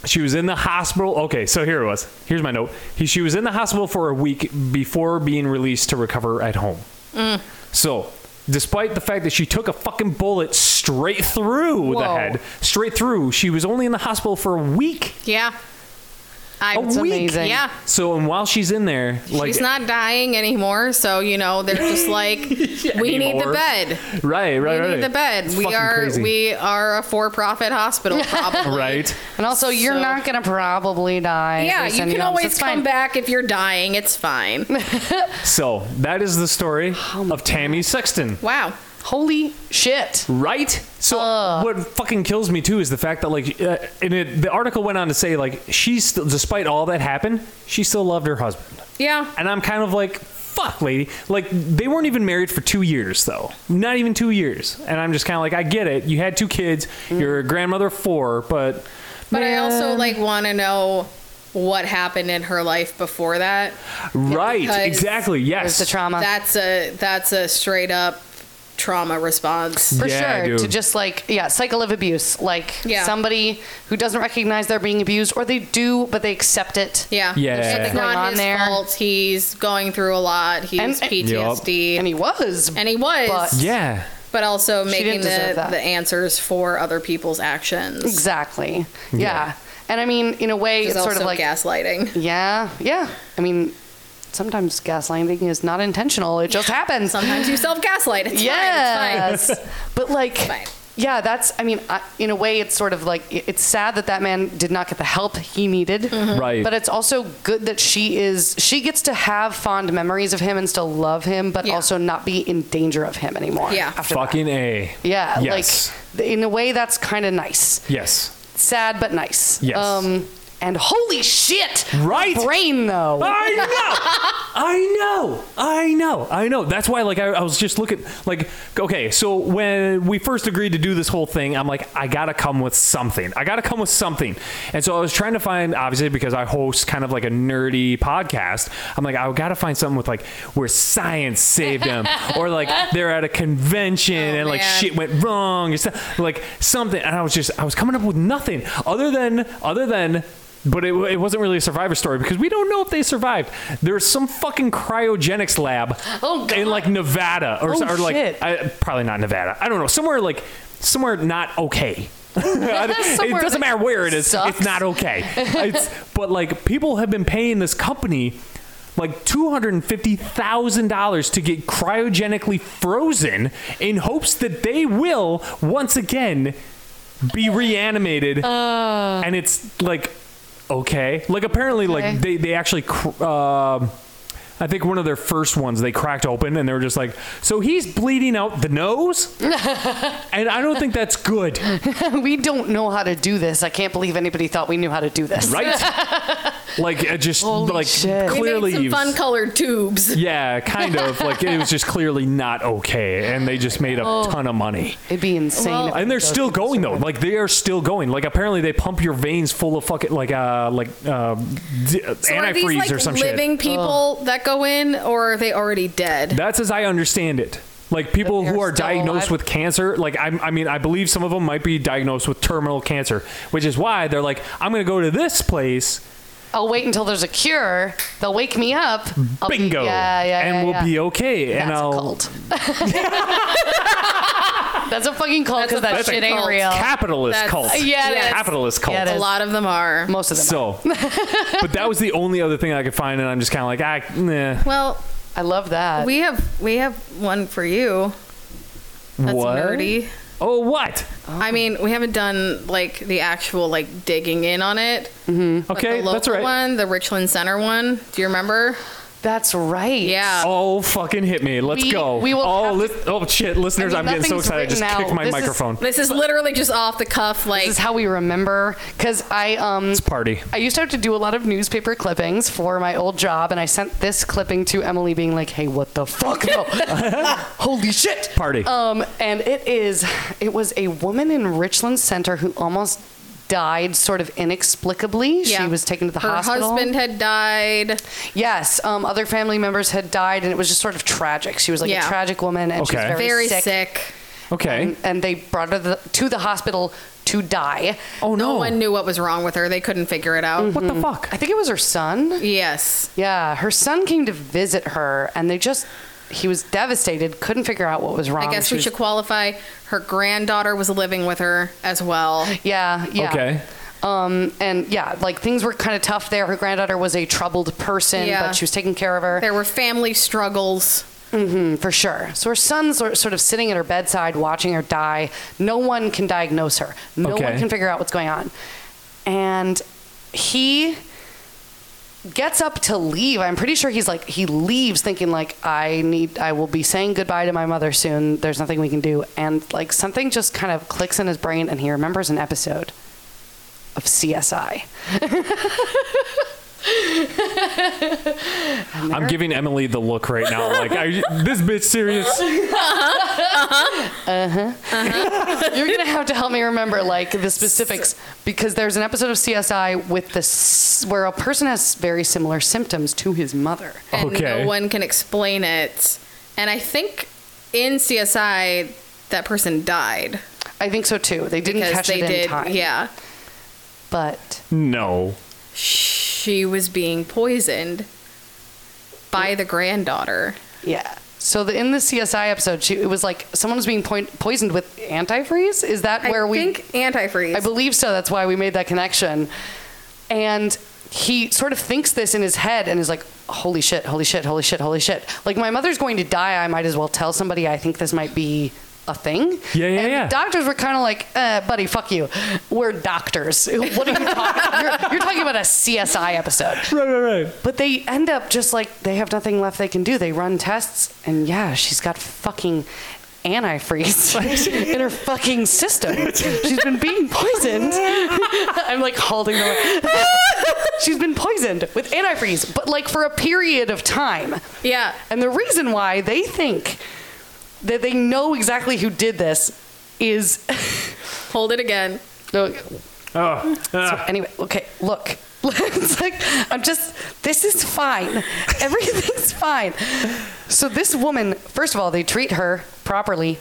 Speaker 2: she was in the hospital. Okay, so here it was. Here's my note. He, she was in the hospital for a week before being released to recover at home.
Speaker 3: Mm.
Speaker 2: So, despite the fact that she took a fucking bullet straight through the
Speaker 1: Whoa.
Speaker 2: head, straight through, she was only in the hospital for a week.
Speaker 3: Yeah. I
Speaker 2: A week.
Speaker 1: amazing.
Speaker 3: Yeah.
Speaker 2: So, and while she's in there, like
Speaker 3: Ah. She's not dying anymore, so you know they're just like, we need the
Speaker 2: anymore.
Speaker 3: bed.
Speaker 2: right, right,
Speaker 3: We
Speaker 2: right.
Speaker 3: need the bed.
Speaker 2: It's
Speaker 3: we
Speaker 2: fucking
Speaker 3: are
Speaker 2: crazy.
Speaker 3: we are a for-profit hospital, probably.
Speaker 2: right.
Speaker 1: And also, you're
Speaker 3: So-
Speaker 1: not gonna probably die. They
Speaker 3: Yeah, you
Speaker 1: send
Speaker 3: can
Speaker 1: home, so
Speaker 3: always
Speaker 1: it's
Speaker 3: come
Speaker 1: fine.
Speaker 3: back if you're dying. It's fine.
Speaker 2: So that is the story
Speaker 3: Oh
Speaker 2: of Tammy Sexton.
Speaker 3: wow.
Speaker 1: Holy shit.
Speaker 2: Right. So what fucking kills me too is the fact that like, uh, and it, the article went on to say like she still, despite all that happened, she still loved her husband.
Speaker 3: Yeah.
Speaker 2: And I'm kind of like, fuck, lady. Like they weren't even married for two years though, not even two years. And I'm just kind of like, I get it. You had two kids.
Speaker 1: Mm.
Speaker 2: You're a grandmother of four, but
Speaker 3: But I also like want to know what happened in her life before that.
Speaker 2: right,
Speaker 3: because
Speaker 2: exactly,
Speaker 1: There's
Speaker 2: yes.
Speaker 1: the trauma.
Speaker 3: That's a that's a straight up trauma response.
Speaker 1: for
Speaker 2: Yeah,
Speaker 1: sure
Speaker 2: dude.
Speaker 1: to just like yeah cycle of abuse like
Speaker 3: Yeah.
Speaker 1: somebody who doesn't recognize they're being abused or they do but they accept it
Speaker 3: Yeah.
Speaker 2: Yeah.
Speaker 3: It's
Speaker 2: Something
Speaker 1: going
Speaker 3: not
Speaker 1: on
Speaker 3: his
Speaker 1: there.
Speaker 3: fault. He's going through a lot. He's
Speaker 1: And- and-
Speaker 3: PTSD.
Speaker 1: and he was
Speaker 3: And he was,
Speaker 1: But-
Speaker 2: Yeah.
Speaker 3: but also making
Speaker 1: didn't
Speaker 3: the,
Speaker 1: deserve that.
Speaker 3: the answers for other people's actions.
Speaker 1: exactly yeah. and i mean in a way
Speaker 3: It's
Speaker 1: it's
Speaker 3: also
Speaker 1: sort of like
Speaker 3: gaslighting.
Speaker 1: yeah yeah i mean sometimes gaslighting is not intentional it just happens
Speaker 3: Sometimes you self gaslight. It's fine. It's
Speaker 1: yes
Speaker 3: fine.
Speaker 1: but like
Speaker 3: fine.
Speaker 1: yeah that's i mean I, in a way it's sort of like i- it's sad that that man did not get the help he needed
Speaker 3: Mm-hmm.
Speaker 2: Right.
Speaker 1: but it's also good that she is she gets to have fond memories of him and still love him but
Speaker 3: Yeah.
Speaker 1: also not be in danger of him anymore
Speaker 3: Yeah.
Speaker 1: after that.
Speaker 2: Fucking a.
Speaker 1: yeah
Speaker 2: Yes.
Speaker 1: like th- in a way that's kind of nice
Speaker 2: yes.
Speaker 1: sad but nice Um,
Speaker 2: Yes.
Speaker 1: and holy shit
Speaker 2: Right?
Speaker 1: brain though
Speaker 2: I know. I know. I know. I know. That's why, like, I, I was just looking, like, okay, so when we first agreed to do this whole thing, I'm like, I gotta come with something. I gotta come with something. And so I was trying to find, obviously, because I host kind of like a nerdy podcast, I'm like, I gotta find something with, like, where science saved them, or like they're at a convention and, like,
Speaker 3: man.
Speaker 2: shit went wrong, or stuff, like, something. And I was just, I was coming up with nothing other than, other than, but it, it wasn't really a survivor story because we don't know if they survived. There's some fucking cryogenics lab
Speaker 1: Oh, God.
Speaker 2: in like Nevada or,
Speaker 1: Oh,
Speaker 2: or like
Speaker 1: shit.
Speaker 2: I, probably not Nevada. I don't know. Somewhere like somewhere not okay. I don't- it
Speaker 1: Somewhere
Speaker 2: doesn't
Speaker 1: that
Speaker 2: matter where it is.
Speaker 1: sucks.
Speaker 2: It's not okay. It's, but like people have been paying this company like $250,000 to get cryogenically frozen in hopes that they will once again be reanimated. and it's like, okay. Like, apparently,
Speaker 1: Uh. Okay.
Speaker 2: like, they, they actually. Cr- um I think one of their first ones they cracked open and they were just like, so he's bleeding out the nose? and I don't think that's good,
Speaker 1: we don't know how to do this. I can't believe anybody thought we knew how to do this.
Speaker 2: right? like, it just,
Speaker 1: Holy
Speaker 2: like,
Speaker 1: shit.
Speaker 3: We
Speaker 2: clearly.
Speaker 3: made some
Speaker 2: you've-
Speaker 3: fun colored tubes.
Speaker 2: Yeah, kind of. like it was just clearly not okay, and they just made a ton of money.
Speaker 1: It'd be insane.
Speaker 3: Well-
Speaker 1: if
Speaker 2: And they're
Speaker 1: Oh. those
Speaker 2: still
Speaker 1: people
Speaker 2: going though.
Speaker 1: survived.
Speaker 2: Like they are still going. Like apparently they pump your veins full of fucking like uh like uh d-
Speaker 3: So are
Speaker 2: antifreeze
Speaker 3: these like
Speaker 2: or some
Speaker 3: living
Speaker 2: shit.
Speaker 3: people that go in, or are they already dead?
Speaker 2: That's as I understand it. Like people
Speaker 1: That
Speaker 2: who
Speaker 1: they're
Speaker 2: are
Speaker 1: still
Speaker 2: diagnosed
Speaker 1: alive?
Speaker 2: with cancer, like I, I mean, I believe some of them might be diagnosed with terminal cancer, which is why they're like, I'm gonna go to this place,
Speaker 1: I'll wait until there's a cure. They'll wake me up. I'll be-
Speaker 2: bingo,
Speaker 1: yeah, yeah,
Speaker 2: and
Speaker 1: yeah,
Speaker 2: we'll
Speaker 1: yeah.
Speaker 2: be okay, and
Speaker 1: That's a
Speaker 2: I'll
Speaker 1: cult. that's a fucking cult because that
Speaker 3: That's a
Speaker 1: shit ain't
Speaker 3: cult.
Speaker 1: real.
Speaker 2: capitalist
Speaker 3: That's-
Speaker 2: cult,
Speaker 1: Uh, Yeah, it is.
Speaker 2: capitalist cult.
Speaker 1: Yeah, it
Speaker 3: A
Speaker 1: is.
Speaker 3: lot of them are.
Speaker 1: Most of them. are.
Speaker 2: So, but that was the only other thing I could find, and I'm just kind of like, ah, nah.
Speaker 3: Well,
Speaker 1: I love that.
Speaker 3: we have we have one for you. That's
Speaker 2: what?
Speaker 3: nerdy.
Speaker 2: Oh, what?
Speaker 3: I mean, we haven't done like the actual like digging in on it. Mm-hmm.
Speaker 2: Okay,
Speaker 3: the local
Speaker 2: that's right.
Speaker 3: One, the Richland Center one. Do you remember?
Speaker 1: that's right.
Speaker 3: Yeah.
Speaker 2: Oh, fucking hit me! Let's
Speaker 1: We-
Speaker 2: go.
Speaker 1: we will
Speaker 2: oh,
Speaker 1: have
Speaker 2: li- oh shit, listeners,
Speaker 1: I
Speaker 2: I
Speaker 1: mean,
Speaker 2: am getting so
Speaker 1: nothing's
Speaker 2: excited. I just
Speaker 1: written
Speaker 2: kicked
Speaker 1: out.
Speaker 2: my
Speaker 1: This is-
Speaker 2: microphone.
Speaker 3: This is literally just off the cuff. Like
Speaker 1: This is how we remember. Because I um.
Speaker 2: It's party.
Speaker 1: I used to have to do a lot of newspaper clippings for my old job, and I sent this clipping to Emily, being like, "Hey, what the fuck? though? Holy shit!
Speaker 2: Party.
Speaker 1: Um, and it is, it was a woman in Richland Center who almost died, sort of inexplicably.
Speaker 3: yeah.
Speaker 1: She was taken to the
Speaker 3: Her
Speaker 1: hospital.
Speaker 3: husband had died.
Speaker 1: yes. Um, other family members had died, and it was just sort of tragic. She was like
Speaker 3: Yeah.
Speaker 1: a tragic woman, and she was
Speaker 2: Okay.
Speaker 1: very,
Speaker 3: Very sick.
Speaker 2: Okay.
Speaker 1: And, and they brought her the, to the hospital to die.
Speaker 2: oh
Speaker 3: No
Speaker 2: no!
Speaker 3: one knew what was wrong with her. They couldn't figure it out.
Speaker 1: Mm-hmm.
Speaker 2: what the fuck?
Speaker 1: I think it was her son.
Speaker 3: Yes.
Speaker 1: Yeah, her son came to visit her, and they just. He was devastated, couldn't figure out what was wrong.
Speaker 3: I guess
Speaker 1: She
Speaker 3: we
Speaker 1: was-
Speaker 3: should qualify. Her granddaughter was living with her as well.
Speaker 1: Yeah, yeah.
Speaker 2: Okay.
Speaker 1: Um, and yeah, like things were kind of tough there. Her granddaughter was a troubled person,
Speaker 3: Yeah.
Speaker 1: but she was taking care of her
Speaker 3: There were family struggles.
Speaker 1: mm, for sure. So her son's sor- sort of sitting at her bedside watching her die. No one can diagnose her, no
Speaker 2: Okay.
Speaker 1: one can figure out what's going on. And he gets up to leave. I'm pretty sure he's like he leaves thinking like I need I will be saying goodbye to my mother soon. There's nothing we can do. And like something just kind of clicks in his brain and he remembers an episode of CSI.
Speaker 2: I'm giving Emily the look right now. Like, are you, this bitch serious?
Speaker 1: You're gonna have to help me remember like the specifics because there's an episode of CSI with this where a person has very similar symptoms to his mother.
Speaker 3: and
Speaker 2: Okay.
Speaker 3: no one can explain it. And I think in CSI that person died
Speaker 1: I think so too. They didn't
Speaker 3: because
Speaker 1: catch
Speaker 3: they
Speaker 1: it
Speaker 3: did.
Speaker 1: in time.
Speaker 3: Yeah,
Speaker 1: but
Speaker 2: No.
Speaker 3: she was being poisoned by the granddaughter.
Speaker 1: yeah. So the, in the CSI episode, she, it was like someone was being point, poisoned with antifreeze. Is that where
Speaker 3: I
Speaker 1: we
Speaker 3: think antifreeze.
Speaker 1: I believe so. That's why we made that connection. And he sort of thinks this in his head and is like, holy shit, holy shit, holy shit, holy shit. Like, my mother's going to die. I might as well tell somebody I think this might be a thing.
Speaker 2: Yeah, yeah,
Speaker 1: and the
Speaker 2: yeah.
Speaker 1: doctors were kind of like, uh, buddy, fuck you. We're doctors. What are you talking you're, you're talking about a CSI episode.
Speaker 2: Right, right, right.
Speaker 1: But they end up just like they have nothing left they can do. They run tests, and yeah, she's got fucking antifreeze in her fucking system. She's been being poisoned. I'm like holding her. she's been poisoned with antifreeze, but like for a period of time.
Speaker 3: yeah,
Speaker 1: And the reason why they think that they know exactly who did this is
Speaker 3: hold it again.
Speaker 1: no,
Speaker 2: Oh, ah.
Speaker 1: anyway, okay, look. it's like, I'm just, this is fine. Everything's fine. So, this woman, first of all, they treat her properly,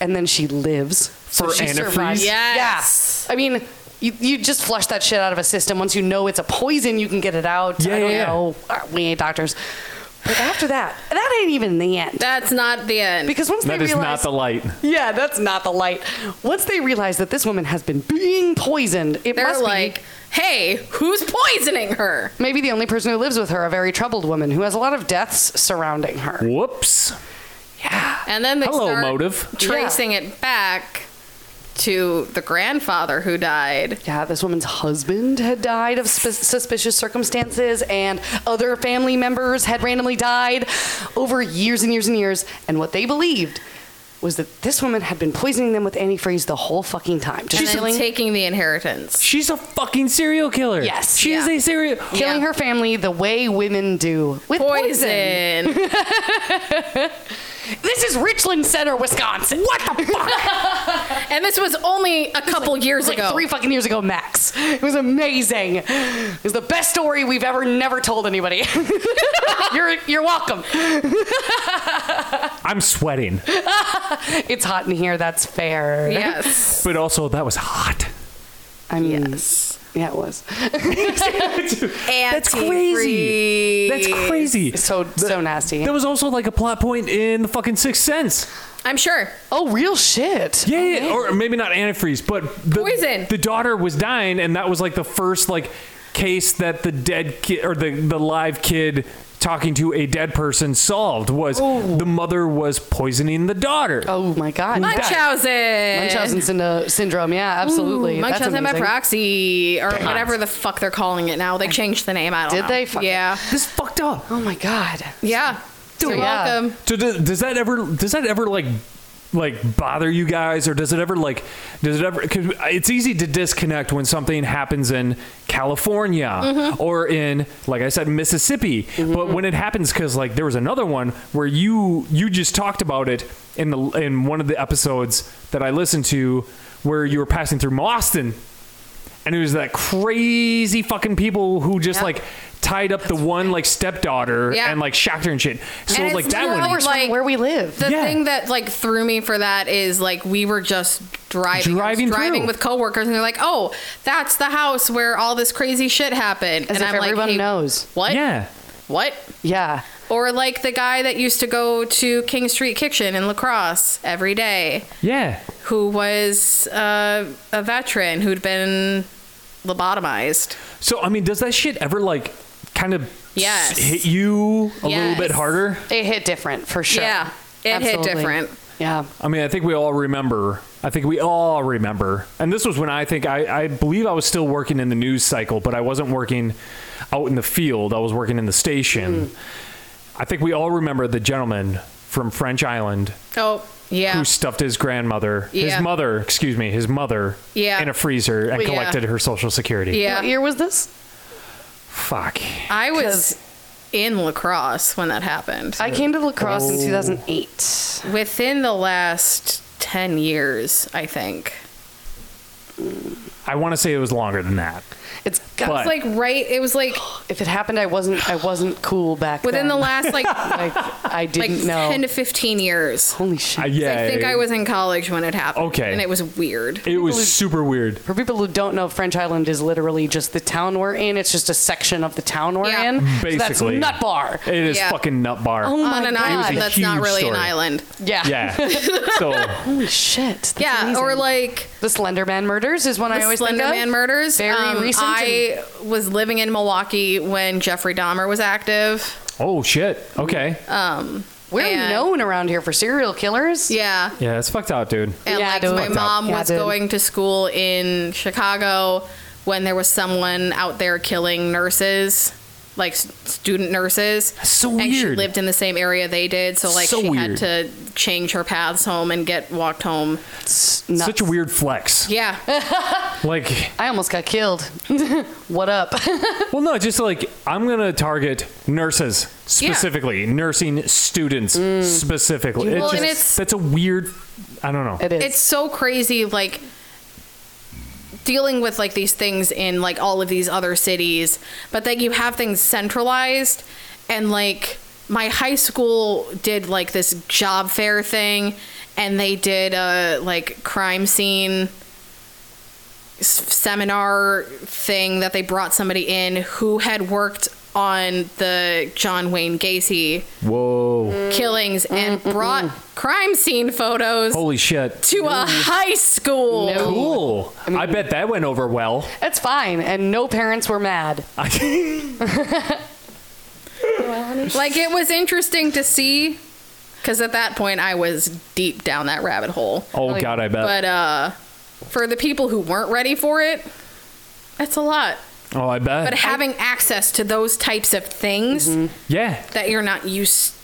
Speaker 1: and then she lives. So
Speaker 2: For
Speaker 1: she
Speaker 2: antifreeze?
Speaker 1: survives.
Speaker 3: Yes.
Speaker 1: Yeah. I mean, you, you just flush that shit out of a system. Once you know it's a poison, you can get it out.
Speaker 2: Yeah,
Speaker 1: I don't
Speaker 2: yeah, yeah.
Speaker 1: know. Uh, We ain't doctors. But after that, that ain't even the end.
Speaker 3: That's not the end.
Speaker 1: Because once
Speaker 2: That
Speaker 1: they
Speaker 2: is
Speaker 1: realize,
Speaker 2: not the light.
Speaker 1: yeah, that's not the light. Once they realize that this woman has been being poisoned, it
Speaker 3: They're
Speaker 1: must
Speaker 3: like,
Speaker 1: be
Speaker 3: hey, who's poisoning her?
Speaker 1: maybe the only person who lives with her, a very troubled woman who has a lot of deaths surrounding her.
Speaker 2: Whoops.
Speaker 3: And then they
Speaker 2: Hello,
Speaker 3: start
Speaker 2: motive.
Speaker 3: tracing it back to the grandfather who died.
Speaker 1: Yeah, this woman's husband had died of sp- suspicious circumstances, and other family members had randomly died over years and years and years. And what they believed was that this woman had been poisoning them with antifreeze the whole fucking time. Just
Speaker 3: And then
Speaker 1: killing,
Speaker 3: taking the inheritance.
Speaker 2: She's a fucking serial killer.
Speaker 1: Yes.
Speaker 2: She is
Speaker 3: Yeah.
Speaker 2: a serial.
Speaker 1: killing
Speaker 3: Yeah.
Speaker 1: her family the way women do with poison.
Speaker 3: Poison.
Speaker 1: This is Richland Center, Wisconsin. What the fuck?
Speaker 3: and this was only a couple years
Speaker 1: like
Speaker 3: ago.
Speaker 1: three fucking years ago, max. It was amazing. It was the best story we've ever never told anybody. you're you're welcome.
Speaker 2: I'm sweating.
Speaker 1: It's hot in here. That's fair.
Speaker 3: yes.
Speaker 2: But also, that was hot.
Speaker 1: I mean, yeah, it was.
Speaker 2: That's crazy. That's
Speaker 3: Antifreeze.
Speaker 2: crazy.
Speaker 1: So so nasty.
Speaker 2: There was also like a plot point in the fucking Sixth Sense.
Speaker 3: I'm sure.
Speaker 1: oh, real shit.
Speaker 2: Yeah, yeah, or maybe not antifreeze, but the,
Speaker 3: Poison.
Speaker 2: The daughter was dying, and that was like the first like case that the dead kid or the the live kid talking to a dead person solved was the mother was poisoning the daughter.
Speaker 1: Oh my god.
Speaker 3: Munchausen.
Speaker 1: Munchausen syndo- syndrome. Yeah, absolutely.
Speaker 3: Ooh,
Speaker 1: That's
Speaker 3: Munchausen by
Speaker 1: amazing.
Speaker 3: proxy, or whatever the fuck they're calling it now. They changed the name. I don't
Speaker 1: Did
Speaker 3: know.
Speaker 1: they? Fuck it.
Speaker 3: yeah.
Speaker 2: This is fucked up.
Speaker 1: Oh my god.
Speaker 3: Yeah.
Speaker 1: Dude,
Speaker 3: You're
Speaker 1: yeah.
Speaker 3: welcome.
Speaker 2: So does, does that ever does that ever like like bother you guys or does it ever like does it ever cause it's easy to disconnect when something happens in California
Speaker 3: Mm-hmm.
Speaker 2: or in like I said Mississippi but when it happens cuz like there was another one where you you just talked about it in the in one of the episodes that I listened to where you were passing through Boston and it was that crazy fucking people who just
Speaker 3: Yeah.
Speaker 2: like tied up the one like stepdaughter
Speaker 3: Yeah.
Speaker 2: and like shocked her and shit so
Speaker 3: And
Speaker 2: like
Speaker 3: it's
Speaker 2: that
Speaker 3: not
Speaker 2: one
Speaker 3: like
Speaker 1: Hours from
Speaker 3: Like-
Speaker 1: where we live.
Speaker 3: The
Speaker 2: Yeah.
Speaker 3: thing that like threw me for that is like we were just driving, I was
Speaker 2: Driving
Speaker 3: driving
Speaker 2: through.
Speaker 3: with coworkers, and they're like, "Oh, that's the house where all this crazy shit happened."
Speaker 1: As
Speaker 3: and
Speaker 1: if everyone knows.
Speaker 3: what?
Speaker 2: Yeah.
Speaker 3: what?
Speaker 1: yeah.
Speaker 3: Or like the guy that used to go to King Street Kitchen in Lacrosse every day,
Speaker 2: Yeah.
Speaker 3: who was uh, a veteran who'd been lobotomized.
Speaker 2: So I mean, does that shit ever like kind of
Speaker 3: Yes.
Speaker 2: hit you a
Speaker 3: Yes.
Speaker 2: little bit harder?
Speaker 1: It hit different for sure.
Speaker 3: Yeah, it
Speaker 1: Absolutely.
Speaker 3: hit different.
Speaker 1: Yeah.
Speaker 2: I mean, I think we all remember. I think we all remember. And this was when I think I, I believe I was still working in the news cycle, but I wasn't working out in the field. I was working in the
Speaker 3: Hmm.
Speaker 2: station. I think we all remember the gentleman from French Island
Speaker 3: Oh yeah,
Speaker 2: who stuffed his grandmother,
Speaker 3: Yeah.
Speaker 2: his mother, excuse me, his mother,
Speaker 3: Yeah.
Speaker 2: in a freezer and
Speaker 3: Well, yeah.
Speaker 2: collected her social security.
Speaker 1: What
Speaker 3: yeah.
Speaker 1: year was this?
Speaker 2: Fuck.
Speaker 3: I
Speaker 1: 'Cause-
Speaker 3: was in Lacrosse when that happened.
Speaker 1: I came to lacrosse in 2008.
Speaker 3: within the last 10 years, I think.
Speaker 2: I want to say it was longer than that.
Speaker 1: It's
Speaker 3: It
Speaker 1: got,
Speaker 3: was
Speaker 2: But-
Speaker 3: like right, it was like
Speaker 1: if it happened, I wasn't I wasn't cool back
Speaker 3: within
Speaker 1: then.
Speaker 3: the last like
Speaker 1: like I
Speaker 3: like
Speaker 1: didn't
Speaker 3: 10
Speaker 1: know.
Speaker 3: to 15 years.
Speaker 1: Holy shit!
Speaker 2: I, yeah.
Speaker 3: I think I was in college when it happened.
Speaker 2: Okay.
Speaker 3: And it was weird.
Speaker 2: It was super weird.
Speaker 1: For people who don't know, French Island is literally just the town we're in. It's just a section of the town we're
Speaker 3: Yeah.
Speaker 1: in. So that's
Speaker 2: Basically.
Speaker 1: nut bar.
Speaker 2: It is
Speaker 3: Yeah.
Speaker 2: fucking nut bar.
Speaker 1: Oh my
Speaker 3: on an
Speaker 1: God.
Speaker 3: island
Speaker 2: a
Speaker 3: that's not
Speaker 2: huge
Speaker 3: really an
Speaker 2: story.
Speaker 3: island.
Speaker 1: yeah.
Speaker 2: Yeah. so
Speaker 1: Holy shit. That's
Speaker 3: Yeah,
Speaker 1: amazing.
Speaker 3: or like
Speaker 1: the Slender Man murders is one I
Speaker 3: the
Speaker 1: always
Speaker 3: Slender
Speaker 1: think of.
Speaker 3: Man murders.
Speaker 1: Very
Speaker 3: Um,
Speaker 1: recent. and-
Speaker 3: I was living in Milwaukee when Jeffrey Dahmer was active.
Speaker 2: Oh shit. Okay.
Speaker 1: we're
Speaker 3: and-
Speaker 1: known around here for serial killers.
Speaker 3: Yeah.
Speaker 2: yeah, it's fucked out, dude.
Speaker 3: And
Speaker 1: Yeah,
Speaker 3: like
Speaker 1: dude.
Speaker 3: my
Speaker 1: Fucked up.
Speaker 3: mom
Speaker 1: Yeah,
Speaker 3: was
Speaker 1: dude.
Speaker 3: going to school in Chicago when there was someone out there killing nurses, like s- student nurses.
Speaker 2: so
Speaker 3: and she
Speaker 2: weird.
Speaker 3: lived in the same area they did, so like
Speaker 2: So
Speaker 3: she
Speaker 2: weird.
Speaker 3: had to change her paths home and get walked home.
Speaker 1: It's nuts.
Speaker 2: Such a weird flex.
Speaker 3: Yeah.
Speaker 2: Like,
Speaker 1: I almost got killed. what up?
Speaker 2: well, no, just like I'm gonna target nurses specifically, nursing students specifically. It
Speaker 3: Well,
Speaker 2: just-
Speaker 3: and it's-
Speaker 2: that's a weird. I don't know.
Speaker 1: it is.
Speaker 3: it's so crazy like dealing with like these things in like all of these other cities but then you have things centralized and like my high school did like this job fair thing and they did a like crime scene s- seminar thing that they brought somebody in who had worked on the John Wayne Gacy
Speaker 2: Whoa.
Speaker 3: killings and
Speaker 1: Mm,
Speaker 3: brought crime scene photos
Speaker 2: Holy shit.
Speaker 3: to a high school.
Speaker 1: No.
Speaker 2: Cool. I, bet that went over well. Oh,
Speaker 1: That's fine. And no parents were mad.
Speaker 3: Like it was interesting to see cuz at that point I was deep down that rabbit hole.
Speaker 2: oh,
Speaker 1: Like,
Speaker 2: God, I bet.
Speaker 3: But uh for the people who weren't ready for it, that's a lot.
Speaker 2: oh, I bet.
Speaker 3: But having access to those types of things
Speaker 2: yeah.
Speaker 3: that you're not used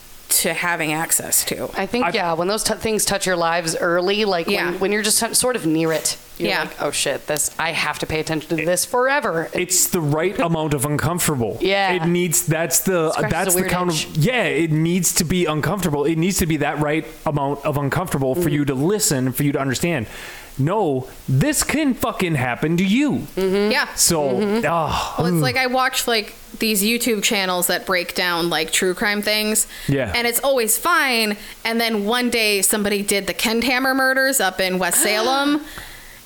Speaker 3: to having access to.
Speaker 1: I think,
Speaker 2: I-
Speaker 1: yeah, when those t- things touch your lives early, like
Speaker 3: Yeah.
Speaker 1: when, when you're just t- sort of near it, you're
Speaker 3: Yeah.
Speaker 1: like, oh shit, this, I have to pay attention to this forever.
Speaker 2: It's the right amount of uncomfortable.
Speaker 1: Yeah.
Speaker 2: It needs, that's the,
Speaker 1: Scratches
Speaker 2: that's
Speaker 1: a
Speaker 2: the
Speaker 1: weird
Speaker 2: count
Speaker 1: itch.
Speaker 2: of, yeah, it needs to be uncomfortable. It needs to be that right amount of uncomfortable for you to listen, for you to understand. No, this can fucking happen to you.
Speaker 3: Yeah.
Speaker 2: So, ah,
Speaker 3: Mm-hmm. Well, it's like I watch like these YouTube channels that break down like true crime things.
Speaker 2: Yeah.
Speaker 3: And it's always fine. And then one day somebody did the Ken Hammer murders up in West Salem.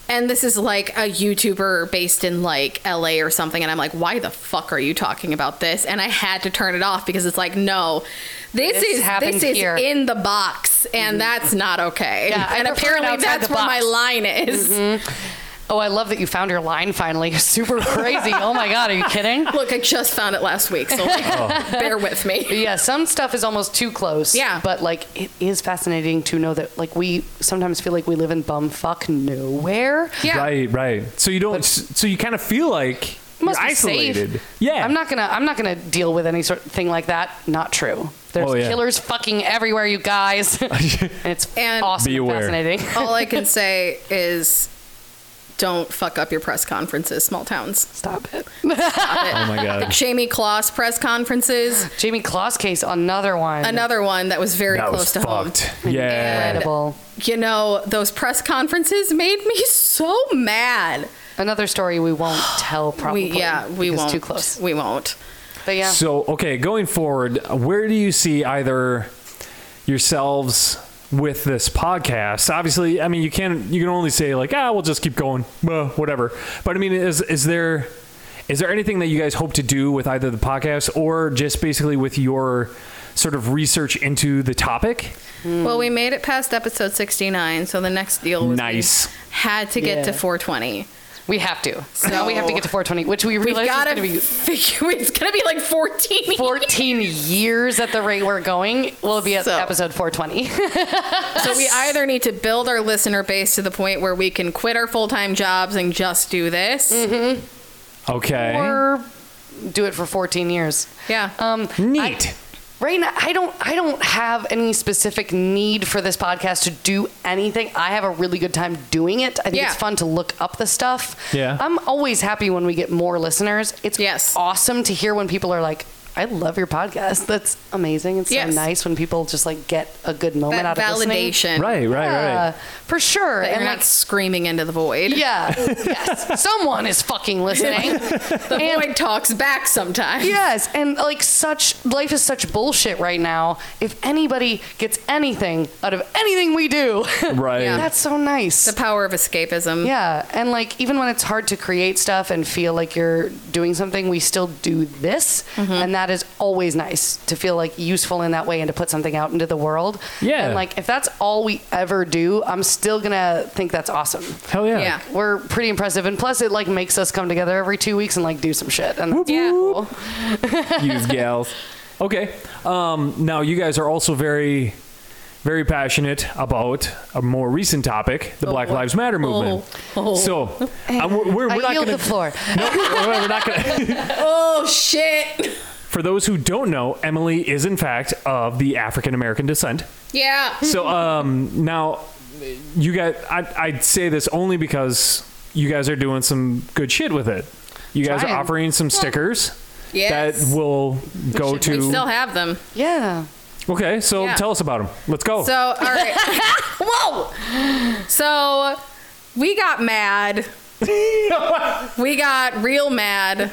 Speaker 3: And this is like a YouTuber based in like LA or something. And I'm like, why the fuck are you talking about this? And I had to turn it off because it's like, no, this,
Speaker 1: This happened
Speaker 3: is this
Speaker 1: here. Mm-hmm.
Speaker 3: is in the box and that's not okay.
Speaker 1: Yeah, I
Speaker 3: and
Speaker 1: prefer it
Speaker 3: apparently
Speaker 1: outside
Speaker 3: that's
Speaker 1: the
Speaker 3: where my
Speaker 1: box.
Speaker 3: line is.
Speaker 1: Oh, I love that you found your line finally. Super crazy. oh my God, are you kidding?
Speaker 3: Look, I just found it last week. So like, bear with me.
Speaker 1: Yeah, some stuff is almost too close.
Speaker 3: Yeah.
Speaker 1: But like it is fascinating to know that like we sometimes feel like we live in bumfuck nowhere.
Speaker 3: Yeah.
Speaker 2: Right, right. So you don't. so you kind of feel like
Speaker 1: It must
Speaker 2: you're
Speaker 1: be safe.
Speaker 2: isolated. Yeah.
Speaker 1: I'm not gonna I'm not gonna deal with any sort of thing like that. Not true. There's
Speaker 2: Oh, yeah.
Speaker 1: killers fucking everywhere, you guys. and it's
Speaker 3: And-
Speaker 1: awesome
Speaker 2: Be
Speaker 1: and
Speaker 2: aware.
Speaker 1: fascinating.
Speaker 3: All I can say is don't fuck up your press conferences, small towns.
Speaker 1: Stop it.
Speaker 2: Oh my god.
Speaker 3: Jamie Kloss press conferences,
Speaker 1: Jamie Kloss case, another one.
Speaker 3: another one that was very
Speaker 2: That was
Speaker 3: close to
Speaker 2: fucked.
Speaker 3: home.
Speaker 2: Yeah.
Speaker 3: And-
Speaker 1: Incredible.
Speaker 3: You know, those press conferences made me so mad.
Speaker 1: Another story we won't tell probably.
Speaker 3: we yeah, we
Speaker 1: because
Speaker 3: won't.
Speaker 1: Too close.
Speaker 3: We won't.
Speaker 1: But yeah.
Speaker 2: So okay, going forward, where do you see either yourselves with this podcast? Obviously, I mean you can you can only say like ah we'll just keep going, Well, whatever. But I mean, is is there is there anything that you guys hope to do with either the podcast or just basically with your sort of research into the topic?
Speaker 1: Mm.
Speaker 3: Well, we made it past episode 69, so the next deal was we
Speaker 2: Nice.
Speaker 3: had to get to
Speaker 1: Yeah.
Speaker 3: 420.
Speaker 1: We have to. So now we have to get to 420, which we
Speaker 3: We
Speaker 1: realize is
Speaker 3: gotta
Speaker 1: going to be
Speaker 3: figure it's gonna be like 14.
Speaker 1: 14 years at the rate we're going. We'll be at
Speaker 3: So-
Speaker 1: episode 420.
Speaker 3: So we either need to build our listener base to the point where we can quit our full time jobs and just do this.
Speaker 1: Mm-hmm.
Speaker 2: Okay.
Speaker 1: or do it for 14 years.
Speaker 3: Yeah.
Speaker 1: Um,
Speaker 2: Neat.
Speaker 1: I, right now, I don't. I don't have any specific need for this podcast to do anything. I have a really good time doing it. I think
Speaker 3: Yeah.
Speaker 1: it's fun to look up the stuff.
Speaker 2: Yeah.
Speaker 1: I'm always happy when we get more listeners. It's
Speaker 3: Yes.
Speaker 1: awesome to hear when people are like. I love your podcast. That's amazing. It's
Speaker 3: Yes.
Speaker 1: so nice when people just like get a good moment out
Speaker 3: that
Speaker 1: of listening.
Speaker 3: validation.
Speaker 2: right, right,
Speaker 1: Yeah,
Speaker 2: right.
Speaker 1: for sure.
Speaker 3: That
Speaker 1: and
Speaker 3: you're
Speaker 1: like
Speaker 3: not screaming into the void.
Speaker 1: Yeah. yes. Someone is fucking listening.
Speaker 3: The void talks back sometimes.
Speaker 1: yes. And like such life is such bullshit right now. If anybody gets anything out of anything we do,
Speaker 2: Right.
Speaker 3: Yeah.
Speaker 1: that's so nice.
Speaker 3: The power of escapism.
Speaker 1: yeah. And like even when it's hard to create stuff and feel like you're doing something, we still do this.
Speaker 3: Mm-hmm.
Speaker 1: And that is always nice to feel like useful in that way and to put something out into the world.
Speaker 2: Yeah.
Speaker 1: And like if that's all we ever do, I'm still gonna think that's awesome.
Speaker 2: Hell yeah.
Speaker 3: Yeah.
Speaker 1: we're pretty impressive and plus it like makes us come together every two weeks and like do some shit and that's
Speaker 3: Yeah.
Speaker 1: cool.
Speaker 2: Use gals. Okay. Um, now you guys are also very, very passionate about a more recent topic, the Black Lives Matter movement.
Speaker 3: Oh.
Speaker 2: So I'm- we're, we're,
Speaker 1: I
Speaker 2: not
Speaker 1: yield the
Speaker 2: going
Speaker 1: floor.
Speaker 2: No, we're we're not going.
Speaker 3: Oh shit.
Speaker 2: For those who don't know, Emily is in fact of the African American descent.
Speaker 3: Yeah.
Speaker 2: So um, now you guys, I, I'd say this only because you guys are doing some good shit with it. You guys
Speaker 1: Trying.
Speaker 2: are offering some stickers
Speaker 3: Yes.
Speaker 2: that will go
Speaker 1: should-
Speaker 2: to.
Speaker 3: we still have them.
Speaker 1: Yeah.
Speaker 2: Okay, so
Speaker 3: Yeah.
Speaker 2: tell us about them. Let's go.
Speaker 3: So all right. Whoa. So we got mad. we got real mad.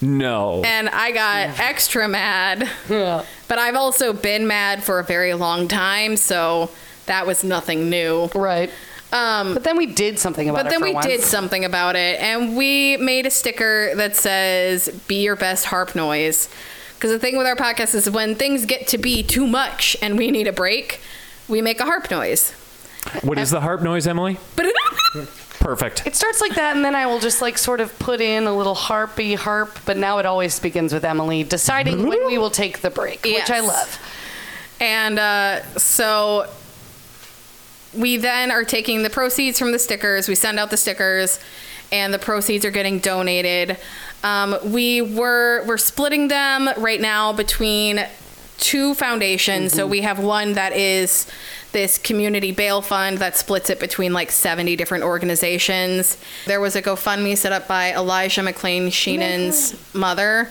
Speaker 2: no.
Speaker 3: and I got extra mad. But I've also been mad for a very long time, so that was nothing new.
Speaker 1: Right. Um, but then we did something about
Speaker 3: But
Speaker 1: it.
Speaker 3: then
Speaker 1: for
Speaker 3: we
Speaker 1: once.
Speaker 3: did something about it, and we made a sticker that says, Be your best harp noise. Because the thing with our podcast is when things get to be too much and we need a break, we make a harp noise.
Speaker 2: What is the harp noise, Emily?
Speaker 3: But
Speaker 2: Perfect.
Speaker 1: It starts like that, and then I will just like sort of put in a little harpy harp. But now it always begins with Emily deciding when we will take the break, which I
Speaker 3: Yes.
Speaker 1: love.
Speaker 3: And uh, so we then are taking the proceeds from the stickers. We send out the stickers, and the proceeds are getting donated. Um, we were we're splitting them right now between two foundations. So we have one that is this community bail fund that splits it between like 70 different organizations. There was a GoFundMe set up by Elijah McLean Sheenan's mother,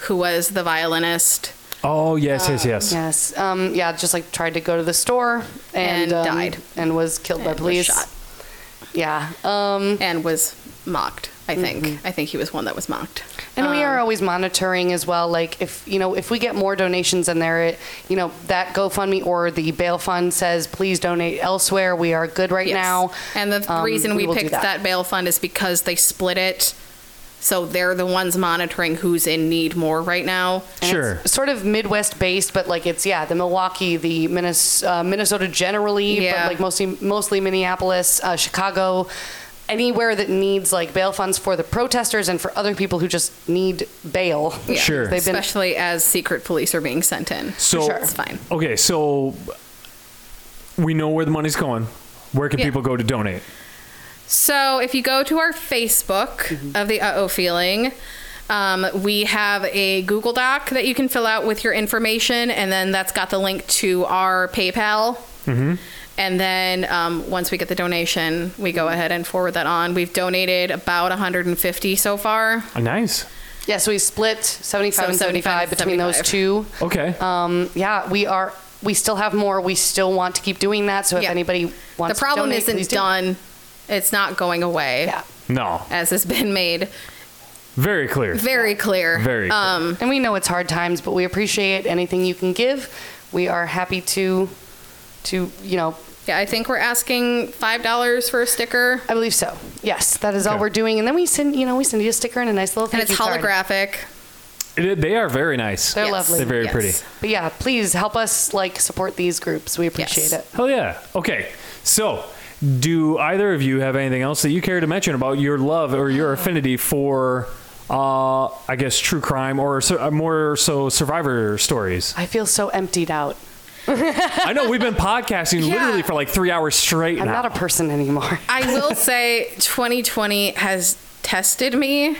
Speaker 3: who was the violinist.
Speaker 2: Oh yes, yes, yes.
Speaker 1: Yes. Um, yeah. Just like tried to go to the store and,
Speaker 3: And
Speaker 1: um,
Speaker 3: died.
Speaker 1: and was killed by
Speaker 3: and was
Speaker 1: police.
Speaker 3: shot.
Speaker 1: Yeah. Um,
Speaker 3: and was mocked. I think.
Speaker 1: Mm-hmm.
Speaker 3: I think he was one that was mocked.
Speaker 1: and we
Speaker 3: Um,
Speaker 1: are always monitoring as well. Like if you know if we get more donations in there, it, you know that GoFundMe or the bail fund says please donate elsewhere. We are good right
Speaker 3: Yes.
Speaker 1: now.
Speaker 3: and the
Speaker 1: Um,
Speaker 3: reason we,
Speaker 1: will do
Speaker 3: picked that. bail fund is because they split it, so they're the ones monitoring who's in need more right now.
Speaker 2: Sure.
Speaker 1: sort of Midwest based, but like it's yeah, the Milwaukee, the Minnes- uh, Minnesota generally,
Speaker 3: Yeah.
Speaker 1: but like mostly mostly Minneapolis, uh, Chicago, anywhere that needs like bail funds for the protesters and for other people who just need bail.
Speaker 3: Yeah.
Speaker 2: Sure.
Speaker 1: they've been
Speaker 3: Especially as secret police are being sent in.
Speaker 2: So
Speaker 1: sure.
Speaker 3: it's fine.
Speaker 2: okay, so we know where the money's going. Where can
Speaker 3: Yeah.
Speaker 2: people go to donate?
Speaker 3: So if you go to our Facebook
Speaker 1: Mm-hmm.
Speaker 3: of the uh oh feeling, um, we have a Google Doc that you can fill out with your information, and then that's got the link to our PayPal.
Speaker 1: Mm-hmm.
Speaker 3: And then um, once we get the donation, we go ahead and forward that on. We've donated about 150 so far.
Speaker 2: Uh, Nice.
Speaker 1: yeah, so we split 75
Speaker 3: So
Speaker 1: 75 between those
Speaker 3: 75.
Speaker 1: two.
Speaker 2: Okay.
Speaker 1: Um, yeah, we are. We still have more. We still want to keep doing that. So if
Speaker 3: Yeah.
Speaker 1: anybody
Speaker 3: The
Speaker 1: wants,
Speaker 3: problem
Speaker 1: to donate, please
Speaker 3: isn't
Speaker 1: do.
Speaker 3: done; it's not going away,
Speaker 1: Yeah,
Speaker 2: no.
Speaker 3: as has been made
Speaker 2: Very clear.
Speaker 3: very clear.
Speaker 2: Very clear.
Speaker 3: Um,
Speaker 1: and we know it's hard times, but we appreciate anything you can give. We are happy to, to you know,
Speaker 3: yeah, I think we're asking five dollars for a sticker.
Speaker 1: I believe so. Yes, that is all
Speaker 2: Okay.
Speaker 1: we're doing. And then we send, you know, we send you a sticker and a nice little.
Speaker 3: and
Speaker 1: thank
Speaker 3: it's
Speaker 1: you card.
Speaker 3: holographic.
Speaker 2: It- they are very nice.
Speaker 1: They're
Speaker 3: Yes.
Speaker 1: lovely.
Speaker 2: They're very pretty.
Speaker 1: But yeah, please help us like support these groups. We appreciate
Speaker 3: Yes.
Speaker 1: it.
Speaker 2: Hell yeah. Okay. So, do either of you have anything else that you care to mention about your love or your affinity for, uh, I guess, true crime or so, uh, more so survivor stories?
Speaker 1: I feel so emptied out.
Speaker 2: I know we've been podcasting
Speaker 3: Yeah.
Speaker 2: literally for like three hours straight
Speaker 1: I'm
Speaker 2: now.
Speaker 1: not a person anymore.
Speaker 3: I will say 2020 has tested me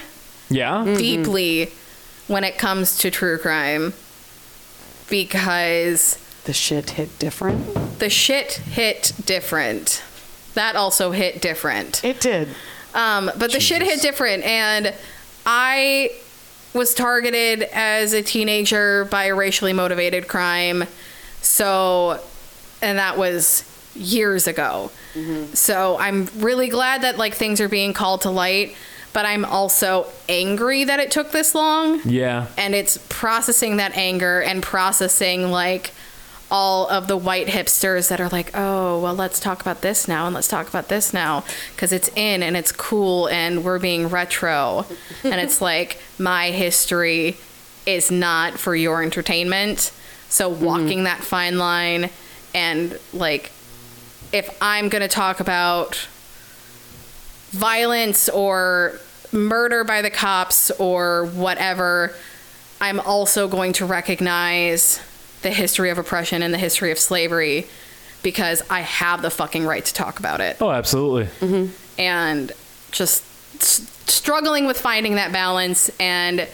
Speaker 2: yeah.
Speaker 1: Mm.
Speaker 3: deeply when it comes to true crime because
Speaker 1: the shit hit different.
Speaker 3: the shit hit different. That also hit different.
Speaker 1: It did.
Speaker 3: Um, but the shit hit different. And I was targeted as a teenager by a racially motivated crime. So, and that was years ago. So I'm really glad that like things are being called to light, but I'm also angry that it took this long
Speaker 2: Yeah.
Speaker 3: and it's processing that anger and processing like all of the white hipsters that are like, oh, well, let's talk about this now and let's talk about this now because it's in and it's cool and we're being retro. and it's like, my history is not for your entertainment. So walking that fine line and like, if I'm going to talk about violence or murder by the cops or whatever, I'm also going to recognize the history of oppression and the history of slavery because I have the fucking right to talk about it.
Speaker 2: Oh, absolutely.
Speaker 3: And just s- struggling with finding that balance and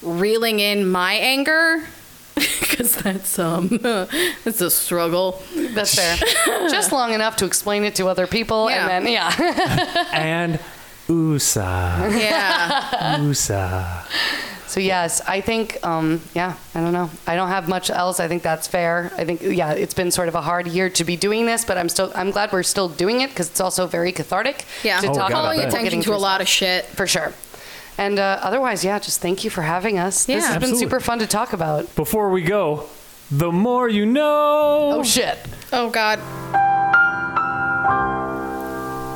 Speaker 3: reeling in my anger because that's um it's a struggle.
Speaker 1: That's fair. Just long enough to explain it to other people,
Speaker 3: Yeah.
Speaker 1: and then yeah,
Speaker 2: and USA.
Speaker 3: Yeah.
Speaker 2: USA.
Speaker 1: So yes, I think um, yeah, I don't know. I don't have much else. I think that's fair. I think yeah, it's been sort of a hard year to be doing this, but I'm still I'm glad we're still doing it because it's also very cathartic.
Speaker 3: Yeah.
Speaker 1: to
Speaker 2: Oh,
Speaker 1: talk
Speaker 2: God, I
Speaker 1: about
Speaker 3: Calling
Speaker 2: bet.
Speaker 1: people
Speaker 3: attention
Speaker 1: getting
Speaker 3: to a
Speaker 1: through
Speaker 3: lot of shit.
Speaker 1: stuff. for sure. And uh, otherwise, yeah, just thank you for having us.
Speaker 3: Yeah.
Speaker 1: this has
Speaker 2: Absolutely.
Speaker 1: been super fun to talk about.
Speaker 2: Before we go, the more you know.
Speaker 1: Oh shit.
Speaker 3: Oh god.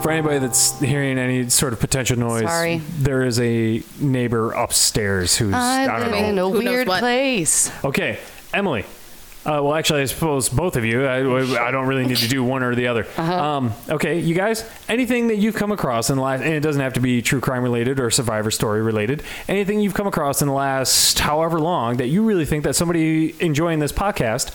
Speaker 2: For anybody that's hearing any sort of potential noise,
Speaker 1: Sorry.
Speaker 2: there is a neighbor upstairs who's I,
Speaker 1: I live
Speaker 2: don't know.
Speaker 1: in a
Speaker 3: Who knows
Speaker 1: weird
Speaker 3: what.
Speaker 1: place.
Speaker 2: Okay, Emily. Uh, well, actually, I suppose both of you. I, I don't really need to do one or the other.
Speaker 1: Uh-huh.
Speaker 2: Um, okay, you guys. Anything that you've come across in the last, and it doesn't have to be true crime related or survivor story related. Anything you've come across in the last however long that you really think that somebody enjoying this podcast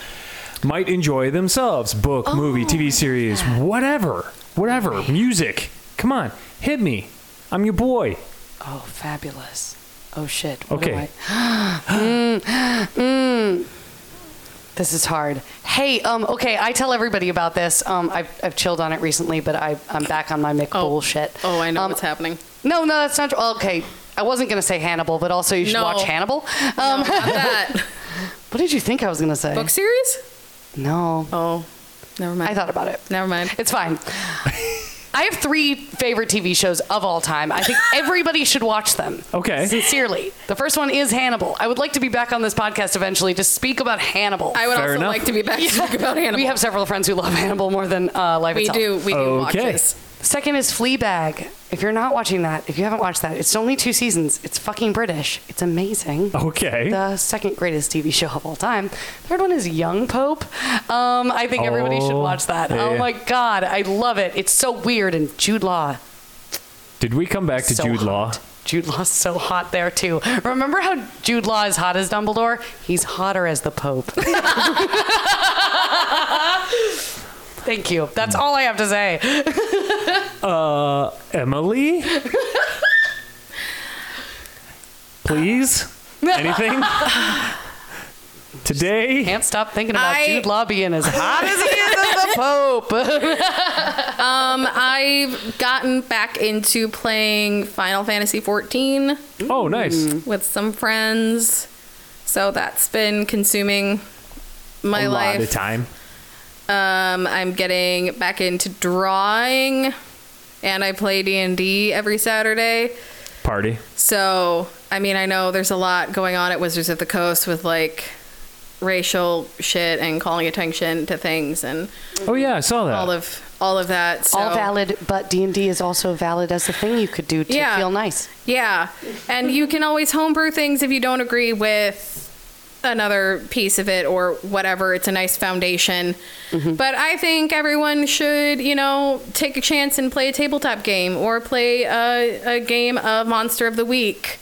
Speaker 2: might enjoy themselves? Book,
Speaker 1: Oh,
Speaker 2: movie, TV series, whatever, whatever. Music. Come on, hit me. I'm your boy.
Speaker 1: Oh, fabulous. Oh, shit. What do
Speaker 2: Okay.
Speaker 1: I- Mm, mm. This is hard. Hey, um, okay, I tell everybody about this. Um, I've, I've chilled on it recently, but I, I'm back on my Mick
Speaker 3: Oh.
Speaker 1: bullshit.
Speaker 3: Oh, I know
Speaker 1: Um,
Speaker 3: what's happening.
Speaker 1: No, no, that's not. Okay, I wasn't going to say Hannibal, but also you should
Speaker 3: No.
Speaker 1: watch Hannibal.
Speaker 3: Um,
Speaker 2: Oh,
Speaker 1: Um,
Speaker 3: that
Speaker 1: What did you think I was going to say?
Speaker 3: book series.
Speaker 1: No.
Speaker 3: Oh, never mind.
Speaker 1: I thought about it.
Speaker 3: Never mind.
Speaker 1: It's fine. I have three favorite TV shows of all time. I think everybody should watch them.
Speaker 2: Okay.
Speaker 1: Sincerely. The first one is Hannibal. I would like to be back on this podcast eventually to speak about Hannibal.
Speaker 3: I would
Speaker 2: Fair
Speaker 3: also
Speaker 2: enough.
Speaker 3: like to be back to talk about Hannibal.
Speaker 1: we have several friends who love Hannibal more than uh, life
Speaker 3: we
Speaker 1: itself.
Speaker 3: do. We do watch
Speaker 2: Okay.
Speaker 3: this.
Speaker 1: Second is Fleabag. If you're not watching that, if you haven't watched that, it's only two seasons. It's fucking British. It's amazing.
Speaker 2: Okay.
Speaker 1: The second greatest TV show of all time. Third one is Young Pope. Um, I think everybody should
Speaker 2: Oh,
Speaker 1: watch that.
Speaker 2: yeah,
Speaker 1: Oh
Speaker 2: yeah.
Speaker 1: my god, I love it. It's so weird. And Jude Law.
Speaker 2: Did we come back to
Speaker 1: so
Speaker 2: Jude Law?
Speaker 1: hot. Jude Law's so hot there too. Remember how Jude Law is hot as Dumbledore? He's hotter as the Pope. Thank you. That's
Speaker 2: Hmm.
Speaker 1: all I have to say.
Speaker 2: Uh, Emily? Please? Anything? Today?
Speaker 1: Can't stop thinking about
Speaker 3: I-
Speaker 1: Jude Law being as hot as he is as the Pope.
Speaker 3: Um, I've gotten back into playing Final Fantasy 14
Speaker 2: Oh, nice.
Speaker 1: Mm.
Speaker 3: with some friends, so that's been consuming my
Speaker 2: A
Speaker 3: life.
Speaker 2: lot of time.
Speaker 3: Um, I'm getting back into drawing, and I play D and D every Saturday.
Speaker 2: Party.
Speaker 3: So, I mean, I know there's a lot going on at Wizards of the Coast with like racial shit and calling attention to things and
Speaker 2: Oh, yeah, I saw that.
Speaker 3: all of all of that. So.
Speaker 1: All valid, but D and D is also valid as a thing you could do to
Speaker 3: Yeah.
Speaker 1: feel nice.
Speaker 3: Yeah. And you can always homebrew things if you don't agree with another piece of it or whatever. It's a nice foundation. But I think everyone should, you know, take a chance and play a tabletop game or play a, a game of Monster of the Week,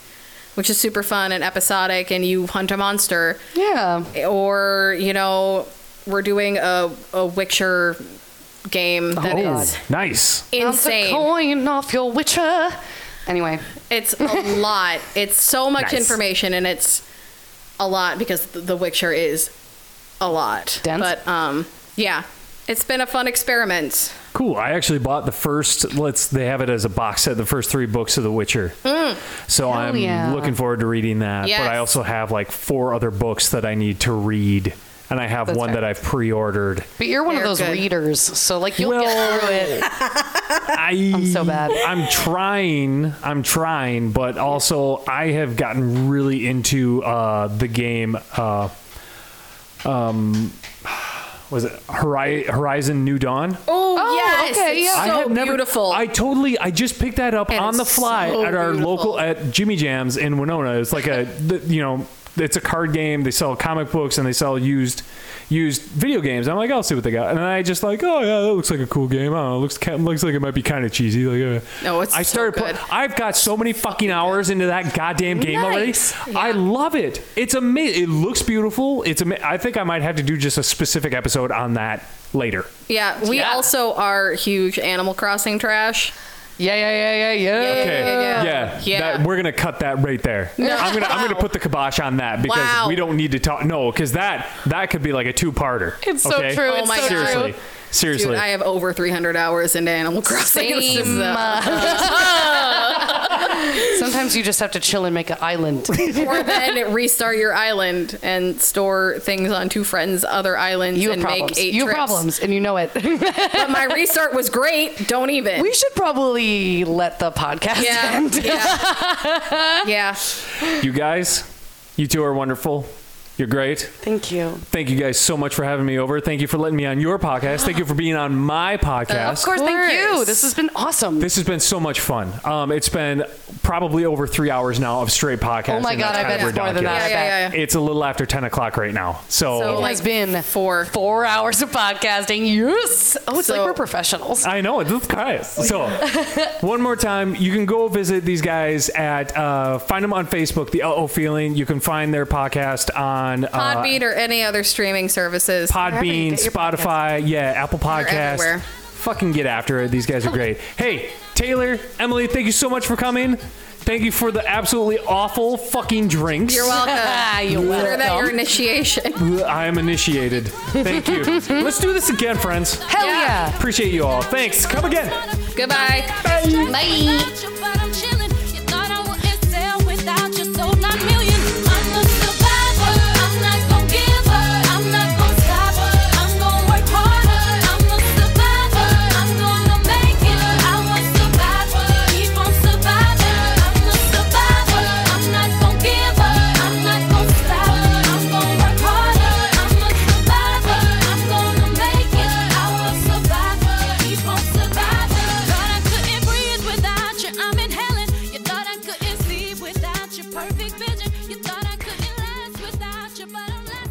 Speaker 3: which is super fun and episodic, and you hunt a monster
Speaker 1: Yeah.
Speaker 3: or you know we're doing a a Witcher game that is
Speaker 2: oh, nice.
Speaker 1: Bounce a
Speaker 3: insane.
Speaker 1: coin off your Witcher. Anyway,
Speaker 3: It's a lot. It's so
Speaker 2: Nice.
Speaker 3: much information, and it's a lot because th- the Witcher is a lot.
Speaker 1: Dense?
Speaker 3: But um, yeah, it's been a fun experiment.
Speaker 2: Cool. I actually bought the first. Let's. They have it as a box set. The first three books of The Witcher. so I'm
Speaker 1: Mm. yeah.
Speaker 2: looking forward to reading that.
Speaker 3: Yes.
Speaker 2: But I also have like four other books that I need to read, and I have
Speaker 1: That's
Speaker 2: one
Speaker 1: fair.
Speaker 2: that I've pre-ordered.
Speaker 1: but you're one of
Speaker 3: They're
Speaker 1: those
Speaker 3: good.
Speaker 1: readers, so like you'll get through it.
Speaker 2: I,
Speaker 1: I'm so bad.
Speaker 2: I'm trying. I'm trying, but also I have gotten really into uh, the game. Uh, um, was it Hori- Horizon New Dawn?
Speaker 3: Oh,
Speaker 1: yes, it's
Speaker 3: so
Speaker 1: so
Speaker 2: I have never-
Speaker 3: beautiful.
Speaker 2: I totally. I just picked that up
Speaker 3: And
Speaker 2: on the
Speaker 3: it's
Speaker 2: fly
Speaker 3: so
Speaker 2: at our
Speaker 3: beautiful.
Speaker 2: local at Jimmy Jams in Winona. It's like a the- you know. It's a card game. They sell comic books and they sell used used video games. I'm like, I'll see what they got. And I just like, oh yeah, that looks like a cool game. I don't know, it looks ca- looks like it might be kind of cheesy. Like, uh,
Speaker 3: No, it's
Speaker 2: I
Speaker 3: so
Speaker 2: started. pl-
Speaker 3: good.
Speaker 2: I've got so many fucking hours into that goddamn game
Speaker 1: Nice.
Speaker 2: already. I love it. It's amazing. It looks beautiful. It's ama- I think I might have to do just a specific episode on that later.
Speaker 3: yeah, we
Speaker 1: Yeah.
Speaker 3: also are huge Animal Crossing trash.
Speaker 1: Yeah, yeah, yeah, yeah, yeah.
Speaker 2: Okay.
Speaker 3: Yeah.
Speaker 2: Yeah.
Speaker 3: Yeah.
Speaker 2: That, we're gonna cut that right there. I'm gonna I'm gonna put the kibosh on that because
Speaker 3: Wow.
Speaker 2: we don't need to talk. No, because that that could be like a two parter.
Speaker 1: It's so true,
Speaker 3: Oh it's my so true.
Speaker 2: Seriously. Seriously.
Speaker 3: Dude, I have over 300 hours into Animal Crossing. This is,
Speaker 1: Same.
Speaker 3: uh,
Speaker 1: Sometimes you just have to chill and make an island.
Speaker 3: or then restart your island and store things on two friends' other islands
Speaker 1: You have
Speaker 3: and
Speaker 1: problems.
Speaker 3: make eight
Speaker 1: You have
Speaker 3: trips.
Speaker 1: problems, and you know it.
Speaker 3: But my restart was great. Don't even.
Speaker 1: we should probably let the podcast
Speaker 3: yeah,
Speaker 1: end.
Speaker 3: yeah, yeah.
Speaker 2: you guys, you two are wonderful. You're great.
Speaker 1: Thank you.
Speaker 2: Thank you guys so much for having me over. Thank you for letting me on your podcast. Thank you for being on my podcast.
Speaker 1: Uh, Of course, thank you.
Speaker 3: course.
Speaker 1: This has been awesome.
Speaker 2: This has been so much fun. Um, it's been probably over three hours now of straight podcasting.
Speaker 1: oh my god,
Speaker 2: That's
Speaker 1: I
Speaker 2: kind
Speaker 1: bet
Speaker 2: of
Speaker 1: it's more than that.
Speaker 2: ridiculous.
Speaker 1: I
Speaker 3: Yeah, yeah,
Speaker 1: bet.
Speaker 3: yeah.
Speaker 2: It's a little after 10 o'clock right now. So,
Speaker 3: So,
Speaker 1: It has
Speaker 3: Like
Speaker 1: been
Speaker 3: four.
Speaker 1: four hours of podcasting. Yes. Oh, it's like
Speaker 3: So- Uh,
Speaker 1: we're professionals.
Speaker 2: I know it's guys. So, one more time, you can go visit these guys at uh, find them on Facebook, the LO Feeling. You can find their podcast on uh,
Speaker 3: Podbean or any other streaming services.
Speaker 1: Wherever you
Speaker 2: Podbean,
Speaker 1: get your
Speaker 2: Spotify, yeah, Apple Podcast.
Speaker 3: everywhere.
Speaker 2: Fucking get after it. These guys are great. Hey, Taylor, Emily, thank you so much for coming. Thank you for the absolutely awful fucking drinks.
Speaker 3: You're welcome.
Speaker 1: You're
Speaker 3: Consider that your
Speaker 1: welcome.
Speaker 3: initiation.
Speaker 2: I am initiated. Thank you. Let's do this again, friends.
Speaker 1: Hell
Speaker 3: Yeah.
Speaker 1: yeah.
Speaker 2: Appreciate you all. Thanks. Come again.
Speaker 3: Goodbye. Bye.
Speaker 4: Perfect vision. You thought I couldn't last without you, but I'm lasting.